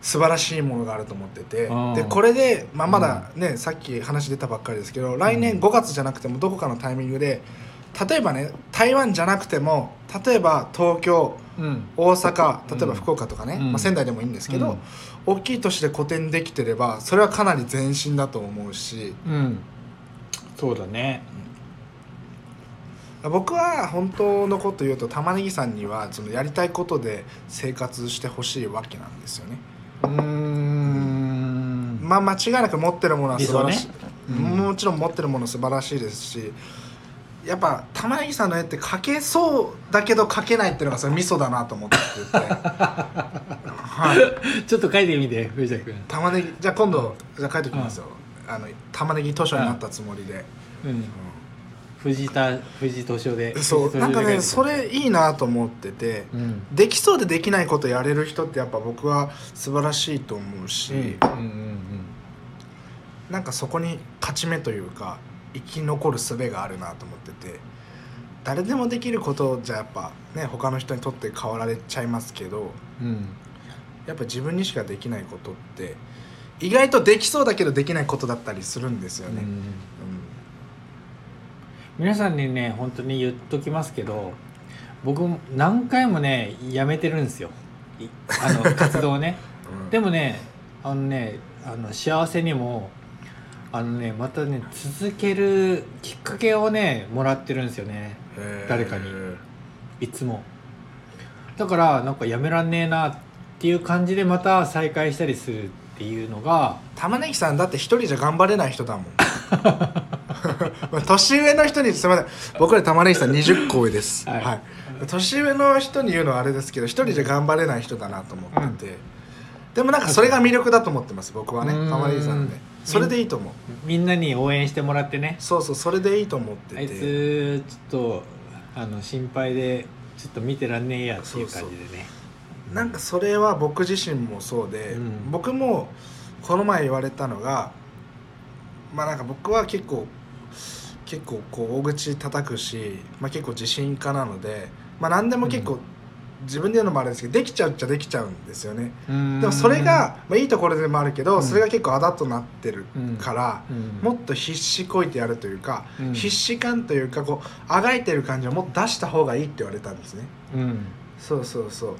[SPEAKER 1] 素晴らしいものがあると思ってて、
[SPEAKER 2] うん
[SPEAKER 1] でこれで、まあ、まだね、さっき話出たばっかりですけど来年5月じゃなくてもどこかのタイミングで例えばね台湾じゃなくても例えば東京
[SPEAKER 2] うん
[SPEAKER 1] 大阪例え
[SPEAKER 2] う
[SPEAKER 1] ば
[SPEAKER 2] ん
[SPEAKER 1] 福岡とかね、
[SPEAKER 2] うん
[SPEAKER 1] まあ、仙台でもいいんですけど、
[SPEAKER 2] うん
[SPEAKER 1] 大きい都市で個展できてればそれはかなり前進だと思うし
[SPEAKER 2] うんそうだね
[SPEAKER 1] 僕は本当のこと言うと玉ねぎさんにはそのやりたいことで生活してほしいわけなんですよね。
[SPEAKER 2] うーん
[SPEAKER 1] まあ、間違いなく持ってるものは素晴らしい、
[SPEAKER 2] 理想ねうん
[SPEAKER 1] もちろん持ってるもの素晴らしいですしやっぱ玉ねぎさんの絵って描けそうだけど描けないっていうのがそれミソだなと思ってて、
[SPEAKER 2] <laughs>
[SPEAKER 1] はい、
[SPEAKER 2] ちょっと書いてみて藤田君
[SPEAKER 1] 玉ねぎじゃあ今度じゃあ描いときますよ、あの玉ねぎ図書になったつもりで、
[SPEAKER 2] うん藤田藤敏夫で
[SPEAKER 1] そう
[SPEAKER 2] 藤
[SPEAKER 1] な
[SPEAKER 2] 田
[SPEAKER 1] んか
[SPEAKER 2] 敏夫で書い
[SPEAKER 1] ね
[SPEAKER 2] て
[SPEAKER 1] それいいなと思ってて、
[SPEAKER 2] うん
[SPEAKER 1] できそうでできないことやれる人ってやっぱ僕は素晴らしいと思うし、
[SPEAKER 2] うんうんうん
[SPEAKER 1] なんかそこに勝ち目というか生き残る術があるなと思ってて誰でもできることじゃやっぱね他の人にとって変わられちゃいますけど
[SPEAKER 2] うん
[SPEAKER 1] やっぱ自分にしかできないことって意外とできそうだけどできないことだったりするんですよ
[SPEAKER 2] う
[SPEAKER 1] ね。
[SPEAKER 2] ん皆さんにね本当に言っときますけど僕も何回もねやめてるんですよいあの活動をねで
[SPEAKER 1] も
[SPEAKER 2] もねあのねあの幸せにもあのねまたね続けるきっかけをねもらってるんですよね誰かにいつもだからなんかやめらんねえなっていう感じでまた再開したりするっていうのが
[SPEAKER 1] 玉ねぎさんだって一人じゃ頑張れない人だもん <laughs> まあ年上の人にすみません僕ら玉ねぎさん20個上です、は
[SPEAKER 2] はいい
[SPEAKER 1] 年上の人に言うのはあれですけど一人じゃ頑張れない人だなと思ってて、でもなんかそれが魅力だと思ってます僕はね
[SPEAKER 2] うん
[SPEAKER 1] 玉ねぎさんでそれでいいと思う
[SPEAKER 2] みんなに応援してもらってね
[SPEAKER 1] そうそうそれでいいと思って
[SPEAKER 2] あい
[SPEAKER 1] て
[SPEAKER 2] つちょっとあの心配でちょっと見てらんねえやっていう感じでね
[SPEAKER 1] なんかそれは僕自身もそうで、
[SPEAKER 2] うん
[SPEAKER 1] 僕もこの前言われたのがまあなんか僕は結構結構こう大口叩くし、まあ、結構自信家なので、まあ、何でも結構、
[SPEAKER 2] う
[SPEAKER 1] 自分で言うのもあれですけどできちゃうっちゃできちゃうんですよね
[SPEAKER 2] うーん
[SPEAKER 1] でもそれが、まあ、いいところでもあるけど、
[SPEAKER 2] うん
[SPEAKER 1] それが結構あだとなってるから、
[SPEAKER 2] うん
[SPEAKER 1] もっと必死こいてやるというか、
[SPEAKER 2] うん
[SPEAKER 1] 必死感というかこうあがいてる感じをもっと出した方がいいって言われたんですね
[SPEAKER 2] うん
[SPEAKER 1] そうそうそう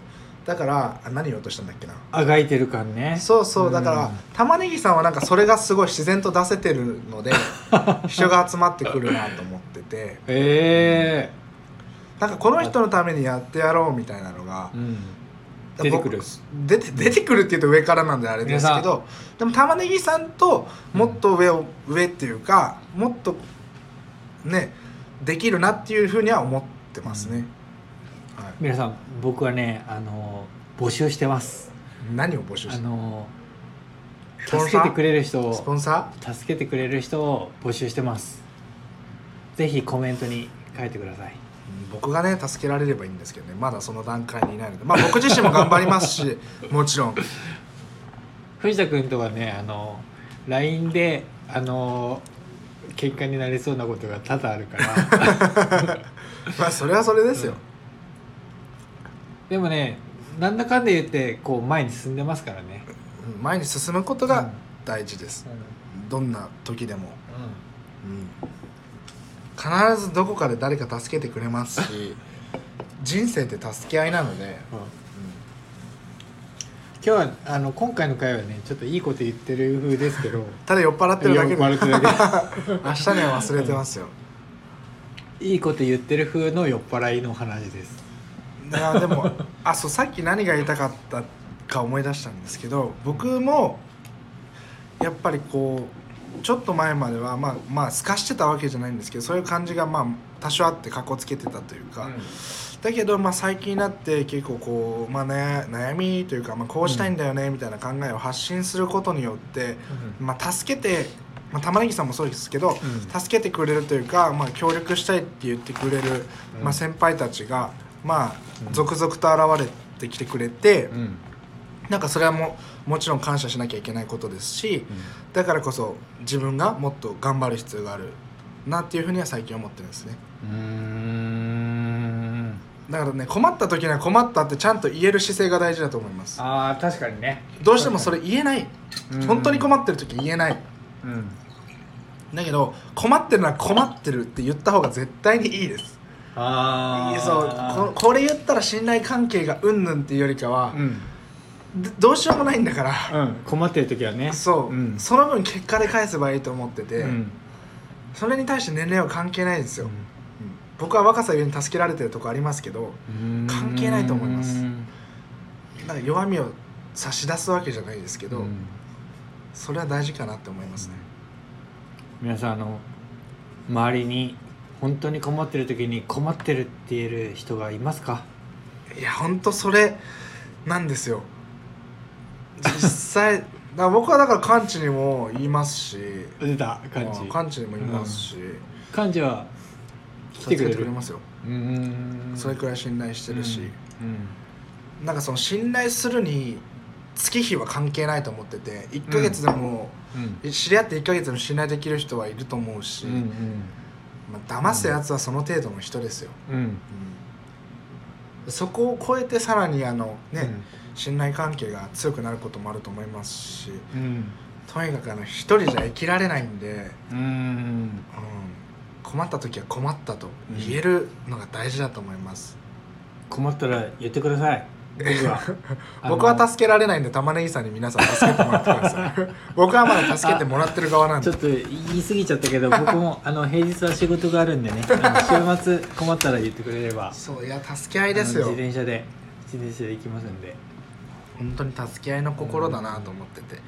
[SPEAKER 1] だからあ何言おうとしたんだっけな
[SPEAKER 2] あがいてる感ね
[SPEAKER 1] そうそう
[SPEAKER 2] うん
[SPEAKER 1] だから、玉ねぎさんはなんかそれがすごい自然と出せてるの
[SPEAKER 2] <laughs>
[SPEAKER 1] で人が集まってくるなと思ってて
[SPEAKER 2] え
[SPEAKER 1] なんかこの人のためにやってやろうみたいなのが
[SPEAKER 2] えうん出てくる
[SPEAKER 1] 僕出て出てくるって言うと上からなんであれですけどでも玉ねぎさんともっと上を、上っていうかもっとねできるなっていうふうには思ってますね、はい、
[SPEAKER 2] 皆さん僕はねあの募集してます
[SPEAKER 1] 何を募集
[SPEAKER 2] あ
[SPEAKER 1] して
[SPEAKER 2] の
[SPEAKER 1] スポンサー
[SPEAKER 2] 助けてくれる人
[SPEAKER 1] スポ
[SPEAKER 2] を
[SPEAKER 1] ンサ
[SPEAKER 2] 助けてくれる人を募集してますぜひコメントに書いてください
[SPEAKER 1] ー僕がね助けられればいいんですけどねまだその段階にいないので、まあ、僕自身も頑張ります
[SPEAKER 2] <laughs>
[SPEAKER 1] しもちろん
[SPEAKER 2] 藤田君とはねあの LINE であの喧嘩になりそうなことが多々あるから
[SPEAKER 1] <laughs> まあそれはそれですよ、
[SPEAKER 2] でもねなんだかんだ言ってこう前に進んでますからね
[SPEAKER 1] 前に進むことが大事です、どんな時でも、うん、必ずどこかで誰か助けてくれます
[SPEAKER 2] <laughs>
[SPEAKER 1] し人生って助け合いなので、
[SPEAKER 2] 今日はあの今回の回はねちょっといいこと言ってる風ですけど
[SPEAKER 1] ただ酔っ払ってるだけで明
[SPEAKER 2] 酔っ払ってるだ
[SPEAKER 1] 日には忘れてますよ、
[SPEAKER 2] いいこと言ってる風の酔っ払いの話です
[SPEAKER 1] いやでもあそうさっき何が言いたかったか思い出したんですけど僕もやっぱりこうちょっと前まではまあまあ透かしてたわけじゃないんですけどそういう感じがまあ多少あってかっこつけてたというか、だけどまあ最近になって結構こう、まあ、悩悩みというか、まあ、こうしたいんだよねみたいな考えを発信することによって、まあ、助けて、まあ、玉ねぎさんもそうですけど、
[SPEAKER 2] ん
[SPEAKER 1] 助けてくれるというか、まあ、協力したいって言ってくれる、
[SPEAKER 2] うん
[SPEAKER 1] まあ、先輩たちが、まあ
[SPEAKER 2] う、ん
[SPEAKER 1] 続々と現れてきてくれて、
[SPEAKER 2] うんうん
[SPEAKER 1] なんかそれはもうもちろん感謝しなきゃいけないことですしだからこそ自分がもっと頑張る必要があるなっていうふうには最近思ってるんですね。
[SPEAKER 2] うーん
[SPEAKER 1] だからね困った時には困ったってちゃんと言える姿勢が大事だと思います
[SPEAKER 2] あー確かにね
[SPEAKER 1] どうしてもそれ言えない本当に困ってる時言えない
[SPEAKER 2] うん、うん
[SPEAKER 1] だけど困ってるのは困ってるって言った方が絶対にいいです
[SPEAKER 2] あ
[SPEAKER 1] い
[SPEAKER 2] あ
[SPEAKER 1] やそうここれ言ったら信頼関係がうんぬんっていうよりかは
[SPEAKER 2] う、ん、
[SPEAKER 1] どどうしようもないんだから、
[SPEAKER 2] うん、困ってる時はね
[SPEAKER 1] そう、
[SPEAKER 2] うん
[SPEAKER 1] その分結果で返せばいいと思ってて、
[SPEAKER 2] うん
[SPEAKER 1] それに対して年齢は関係ないですよ、うん僕は若さゆえに助けられてるとこありますけど
[SPEAKER 2] うん
[SPEAKER 1] 関係ないと思います
[SPEAKER 2] うん
[SPEAKER 1] なんか弱みを差し出すわけじゃないですけど、
[SPEAKER 2] うん
[SPEAKER 1] それは大事かなって思いますね、
[SPEAKER 2] 皆さんあの周りに本当に困ってる時に困ってるって言える人がいますか
[SPEAKER 1] いやほんとそれなんですよ実際だから僕はだからカンチにも言いますし
[SPEAKER 2] 出た感
[SPEAKER 1] まあ
[SPEAKER 2] じ
[SPEAKER 1] カンチにも言いますし、
[SPEAKER 2] 感じは来てくれる
[SPEAKER 1] 助けますよ、
[SPEAKER 2] うーん
[SPEAKER 1] それくらい信頼してるし、
[SPEAKER 2] うん
[SPEAKER 1] なんかその信頼するに月日は関係ないと思ってて1ヶ月でも、
[SPEAKER 2] うん
[SPEAKER 1] 知り合って1ヶ月でも信頼できる人はいると思うし、
[SPEAKER 2] うん
[SPEAKER 1] まあ、騙すやつはその程度の人ですよ、
[SPEAKER 2] うんうん
[SPEAKER 1] そこを超えてさらにあのね、
[SPEAKER 2] うん
[SPEAKER 1] 信頼関係が強くなることもあると思いますし
[SPEAKER 2] うん
[SPEAKER 1] とにかくあの一人じゃ生きられないんで、うん、
[SPEAKER 2] うん
[SPEAKER 1] 困った時は困ったと言えるのが大事だと思います、
[SPEAKER 2] 困ったら言ってください僕は
[SPEAKER 1] <laughs> 僕は助けられないんで玉ねぎさんに皆さん助けてもらってくだ
[SPEAKER 2] <laughs>
[SPEAKER 1] さい僕はまだ助けてもらってる側なん
[SPEAKER 2] ち
[SPEAKER 1] で
[SPEAKER 2] ょっと言い過ぎちゃったけど僕もあの平日は仕事があるんでねあの週末困ったら言ってくれれば
[SPEAKER 1] そういや助け合いです
[SPEAKER 2] あ
[SPEAKER 1] よ
[SPEAKER 2] の自転車で自転車で行きますんで
[SPEAKER 1] 本当に助け合いの心だなと思ってて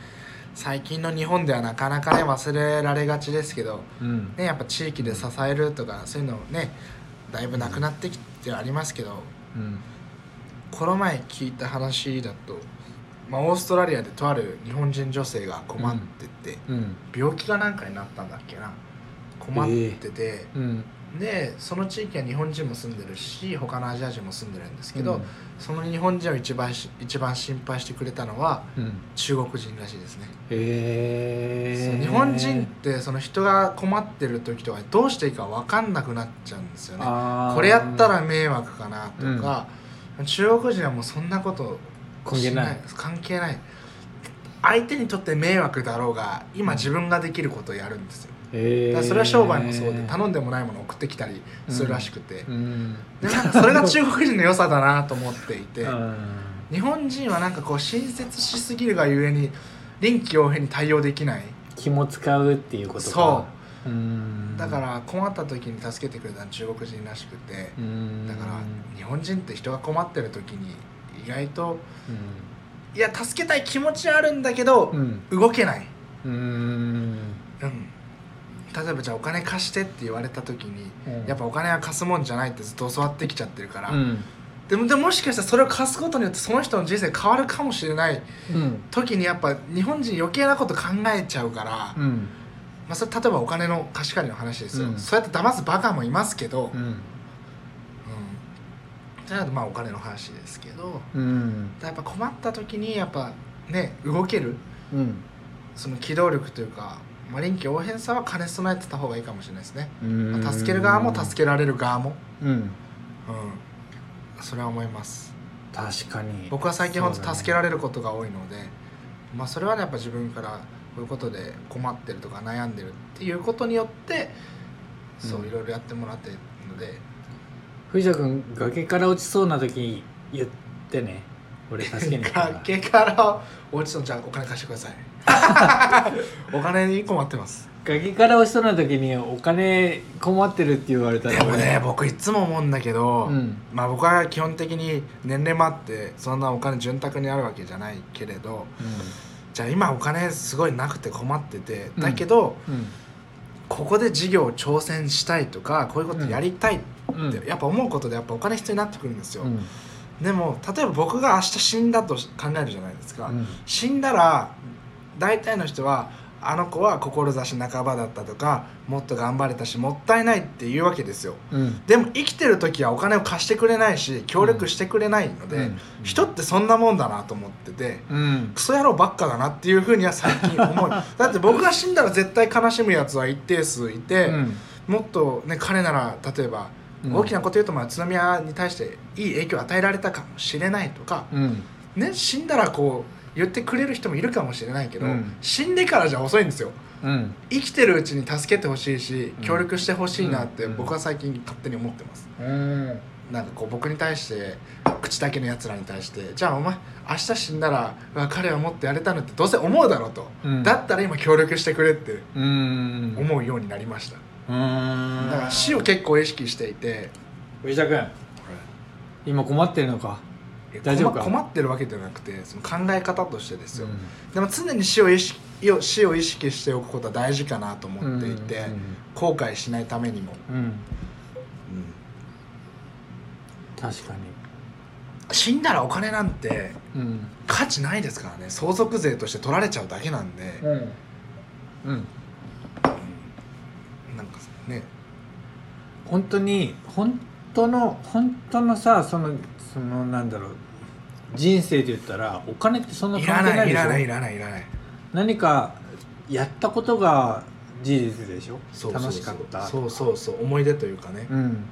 [SPEAKER 1] 最近の日本ではなかなかね忘れられがちですけど
[SPEAKER 2] うん
[SPEAKER 1] ね、やっぱ地域で支えるとかそういうのねだいぶなくなってきてありますけど、
[SPEAKER 2] うん
[SPEAKER 1] この前聞いた話だと、まあ、オーストラリアでとある日本人女性が困ってて、
[SPEAKER 2] うん
[SPEAKER 1] 病気が何かになったんだっけな困ってて、
[SPEAKER 2] うん
[SPEAKER 1] でその地域は日本人も住んでるし他のアジア人も住んでるんですけど、
[SPEAKER 2] うん
[SPEAKER 1] その日本人を一番し一番心配してくれたのは
[SPEAKER 2] うん
[SPEAKER 1] 中国人らしいですね、
[SPEAKER 2] へ
[SPEAKER 1] そう
[SPEAKER 2] え
[SPEAKER 1] 日本人ってその人が困ってる時とかどうしていいか分かんなくなっちゃうんですよね
[SPEAKER 2] あー
[SPEAKER 1] これやったら迷惑かなとか、中国人はもうそんなこと
[SPEAKER 2] 関係ない
[SPEAKER 1] し関係ない相手にとって迷惑だろうが今自分ができることをやるんですよ
[SPEAKER 2] へ
[SPEAKER 1] だか
[SPEAKER 2] え
[SPEAKER 1] らそれは商売もそうで頼んでもないものを送ってきたりするらしくて、
[SPEAKER 2] うん
[SPEAKER 1] でなんかそれが中国人の良さだなと思っていて、
[SPEAKER 2] うん
[SPEAKER 1] 日本人はなんかこう親切しすぎるがゆえに臨機応変に対応できない
[SPEAKER 2] 気も使うっていうことか
[SPEAKER 1] そう
[SPEAKER 2] うん
[SPEAKER 1] だから困った時に助けてくれたのは中国人らしくて、
[SPEAKER 2] うん
[SPEAKER 1] だから日本人って人が困ってる時に意外といや助けたい気持ちはあるんだけど
[SPEAKER 2] う、ん
[SPEAKER 1] 動けない、
[SPEAKER 2] うんうん
[SPEAKER 1] うん、例えばじゃあお金貸してって言われた時に、
[SPEAKER 2] うん
[SPEAKER 1] やっぱお金は貸すもんじゃないってずっと教わってきちゃってるから、
[SPEAKER 2] うん
[SPEAKER 1] でもでももしかしたらそれを貸すことによってその人の人生変わるかもしれない
[SPEAKER 2] うん
[SPEAKER 1] 時にやっぱ日本人余計なこと考えちゃうから、
[SPEAKER 2] う
[SPEAKER 1] ま
[SPEAKER 2] ん
[SPEAKER 1] あ、それ例えばお金の貸し借りの話ですよ、
[SPEAKER 2] うん
[SPEAKER 1] そうやって騙すバカもいますけど、
[SPEAKER 2] う
[SPEAKER 1] う
[SPEAKER 2] ん
[SPEAKER 1] ん、それだとまあお金の話ですけど
[SPEAKER 2] うん
[SPEAKER 1] やっぱ困った時にやっぱね動ける
[SPEAKER 2] うん
[SPEAKER 1] その機動力というか、まあ、臨機応変さは兼ね備えてた方がいいかもしれないですね、
[SPEAKER 2] うん
[SPEAKER 1] まあ助ける側も助けられる側も、
[SPEAKER 2] うん
[SPEAKER 1] うん、それは思います
[SPEAKER 2] 確かに
[SPEAKER 1] 僕は最近本当助けら
[SPEAKER 2] ら
[SPEAKER 1] れることが多いのでう,、まあ、それはねやっぱ自分からこういうことで困ってるとか悩んでるっていうことによってそううんいろいろやってもらってるので、
[SPEAKER 2] 藤田君崖から落ちそうな時に言ってね俺助けに行くから
[SPEAKER 1] <laughs> 崖から落ちたのじゃあお金貸してくださいお金に困ってます
[SPEAKER 2] 崖から落ちそうな時にお金困ってるって言われた
[SPEAKER 1] で
[SPEAKER 2] ら
[SPEAKER 1] もね僕いつも思うんだけど、
[SPEAKER 2] うん
[SPEAKER 1] まあ僕は基本的に年齢もあってそんなお金潤沢にあるわけじゃないけれどじゃあ今お金すごいなくて困っててだけど、
[SPEAKER 2] う
[SPEAKER 1] ここで事業を挑戦したいとかこういうことやりたいっ
[SPEAKER 2] んうん
[SPEAKER 1] てやっぱ思うことでやっぱお金必要になってくるんですよ、
[SPEAKER 2] うん
[SPEAKER 1] でも例えば僕が明日死んだと考えるじゃないですか、
[SPEAKER 2] うん
[SPEAKER 1] 死んだら大体の人はあの子は志半ばだったとかもっと頑張れたしもったいないって言うわけですよ
[SPEAKER 2] うん
[SPEAKER 1] でも生きてる時はお金を貸してくれないし協力してくれないので、
[SPEAKER 2] うん
[SPEAKER 1] 人ってそんなもんだなと思ってて
[SPEAKER 2] うん
[SPEAKER 1] クソ野郎ばっかだなっていうふうには最近
[SPEAKER 2] <laughs>
[SPEAKER 1] 思うだって僕が死んだら絶対悲しむやつは一定数いて、もっとね彼なら例えば
[SPEAKER 2] うん
[SPEAKER 1] 大きなこと言うとまあ宇都宮に対していい影響を与えられたかもしれないとか、
[SPEAKER 2] うん
[SPEAKER 1] ね、死んだらこう言ってくれる人もいるかもしれないけど、
[SPEAKER 2] うん
[SPEAKER 1] 死んでからじゃ遅いんですよ
[SPEAKER 2] うん
[SPEAKER 1] 生きてるうちに助けてほしいし
[SPEAKER 2] うん
[SPEAKER 1] 協力してほしいなって
[SPEAKER 2] うん
[SPEAKER 1] 僕は最近勝手に思ってます、
[SPEAKER 2] うん
[SPEAKER 1] なんかこう僕に対して口だけのやつらに対してじゃあお前明日死んだらうわ彼はもっとやれたのってどうせ思うだろうと、
[SPEAKER 2] うん
[SPEAKER 1] だったら今協力してくれって
[SPEAKER 2] うん
[SPEAKER 1] 思うようになりました、
[SPEAKER 2] うん
[SPEAKER 1] だから死を結構意識していて
[SPEAKER 2] 藤田君今困ってるのか
[SPEAKER 1] え
[SPEAKER 2] 大丈夫か
[SPEAKER 1] 困困ってるわけじゃなくてその考え方としてですよ、
[SPEAKER 2] うん
[SPEAKER 1] でも常に死を意識を死を意識しておくことは大事かなと思っていて、後悔しないためにも、
[SPEAKER 2] うんうん確か
[SPEAKER 1] 死んだらお金なんて
[SPEAKER 2] にうん
[SPEAKER 1] 価値ないですからね相続税として取られちゃうだけなんで、
[SPEAKER 2] うんうん
[SPEAKER 1] なんかね
[SPEAKER 2] 本当に本当の本当のさそのそのなんだろう人生で言ったらお金ってそんない
[SPEAKER 1] ら
[SPEAKER 2] 関係な
[SPEAKER 1] ないいい
[SPEAKER 2] でし
[SPEAKER 1] らないい
[SPEAKER 2] ょ
[SPEAKER 1] らないいらない
[SPEAKER 2] 何かやったことが事実でしょ
[SPEAKER 1] そうそうそう
[SPEAKER 2] 楽しかった
[SPEAKER 1] そうそうそう思い出というかね、
[SPEAKER 2] うん、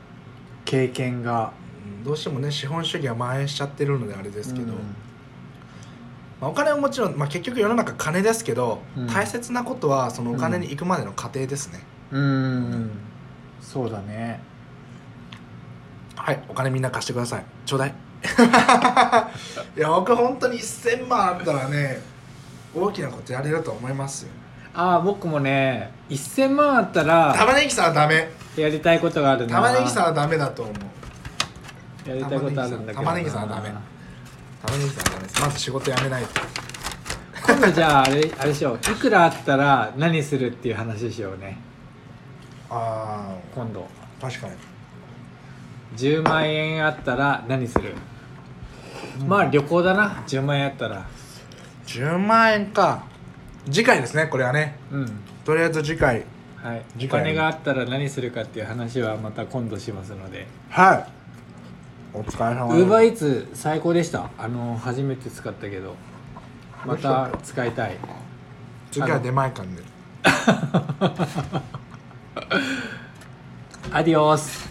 [SPEAKER 2] 経験が
[SPEAKER 1] うんどうしてもね資本主義は蔓延しちゃってるのであれで
[SPEAKER 2] です
[SPEAKER 1] けど、まあ、お金はもちろん、まあ、結局世の中金ですけど、
[SPEAKER 2] うん
[SPEAKER 1] 大切なことはそのお金に行くまでの過程ですね、
[SPEAKER 2] うん、うん、そうだね
[SPEAKER 1] はいお金みんな貸してくださいちょう
[SPEAKER 2] <laughs>
[SPEAKER 1] だいいや僕本当に1000万あったらね大きなことやれると思いますよ
[SPEAKER 2] ああ僕もね1000万あったら
[SPEAKER 1] 玉ねぎさんはダメ
[SPEAKER 2] やりたいことがあるな
[SPEAKER 1] 玉ねぎさんはダメだと思う
[SPEAKER 2] やりたいことあるんだけどな
[SPEAKER 1] 玉ねぎさんはダメ玉ねぎさんはダメですまず仕事辞めないと
[SPEAKER 2] 今度じゃああれあれしよういくらあったら何するっていう話しようね
[SPEAKER 1] あ
[SPEAKER 2] 今度
[SPEAKER 1] ー確かに
[SPEAKER 2] 10万円あったら何する、まあ旅行だな10万円あったら
[SPEAKER 1] 10万円か次回ですねこれはね
[SPEAKER 2] うん
[SPEAKER 1] とりあえず次回
[SPEAKER 2] はいお
[SPEAKER 1] 次回
[SPEAKER 2] 金があったら何するかっていう話はまた今度しますので
[SPEAKER 1] はいお疲れ
[SPEAKER 2] ウ
[SPEAKER 1] 様
[SPEAKER 2] ーバーイ
[SPEAKER 1] で
[SPEAKER 2] ーツ最高でしたあの初めて使ったけどまた使いたい
[SPEAKER 1] す次回は出前館で
[SPEAKER 2] アディオス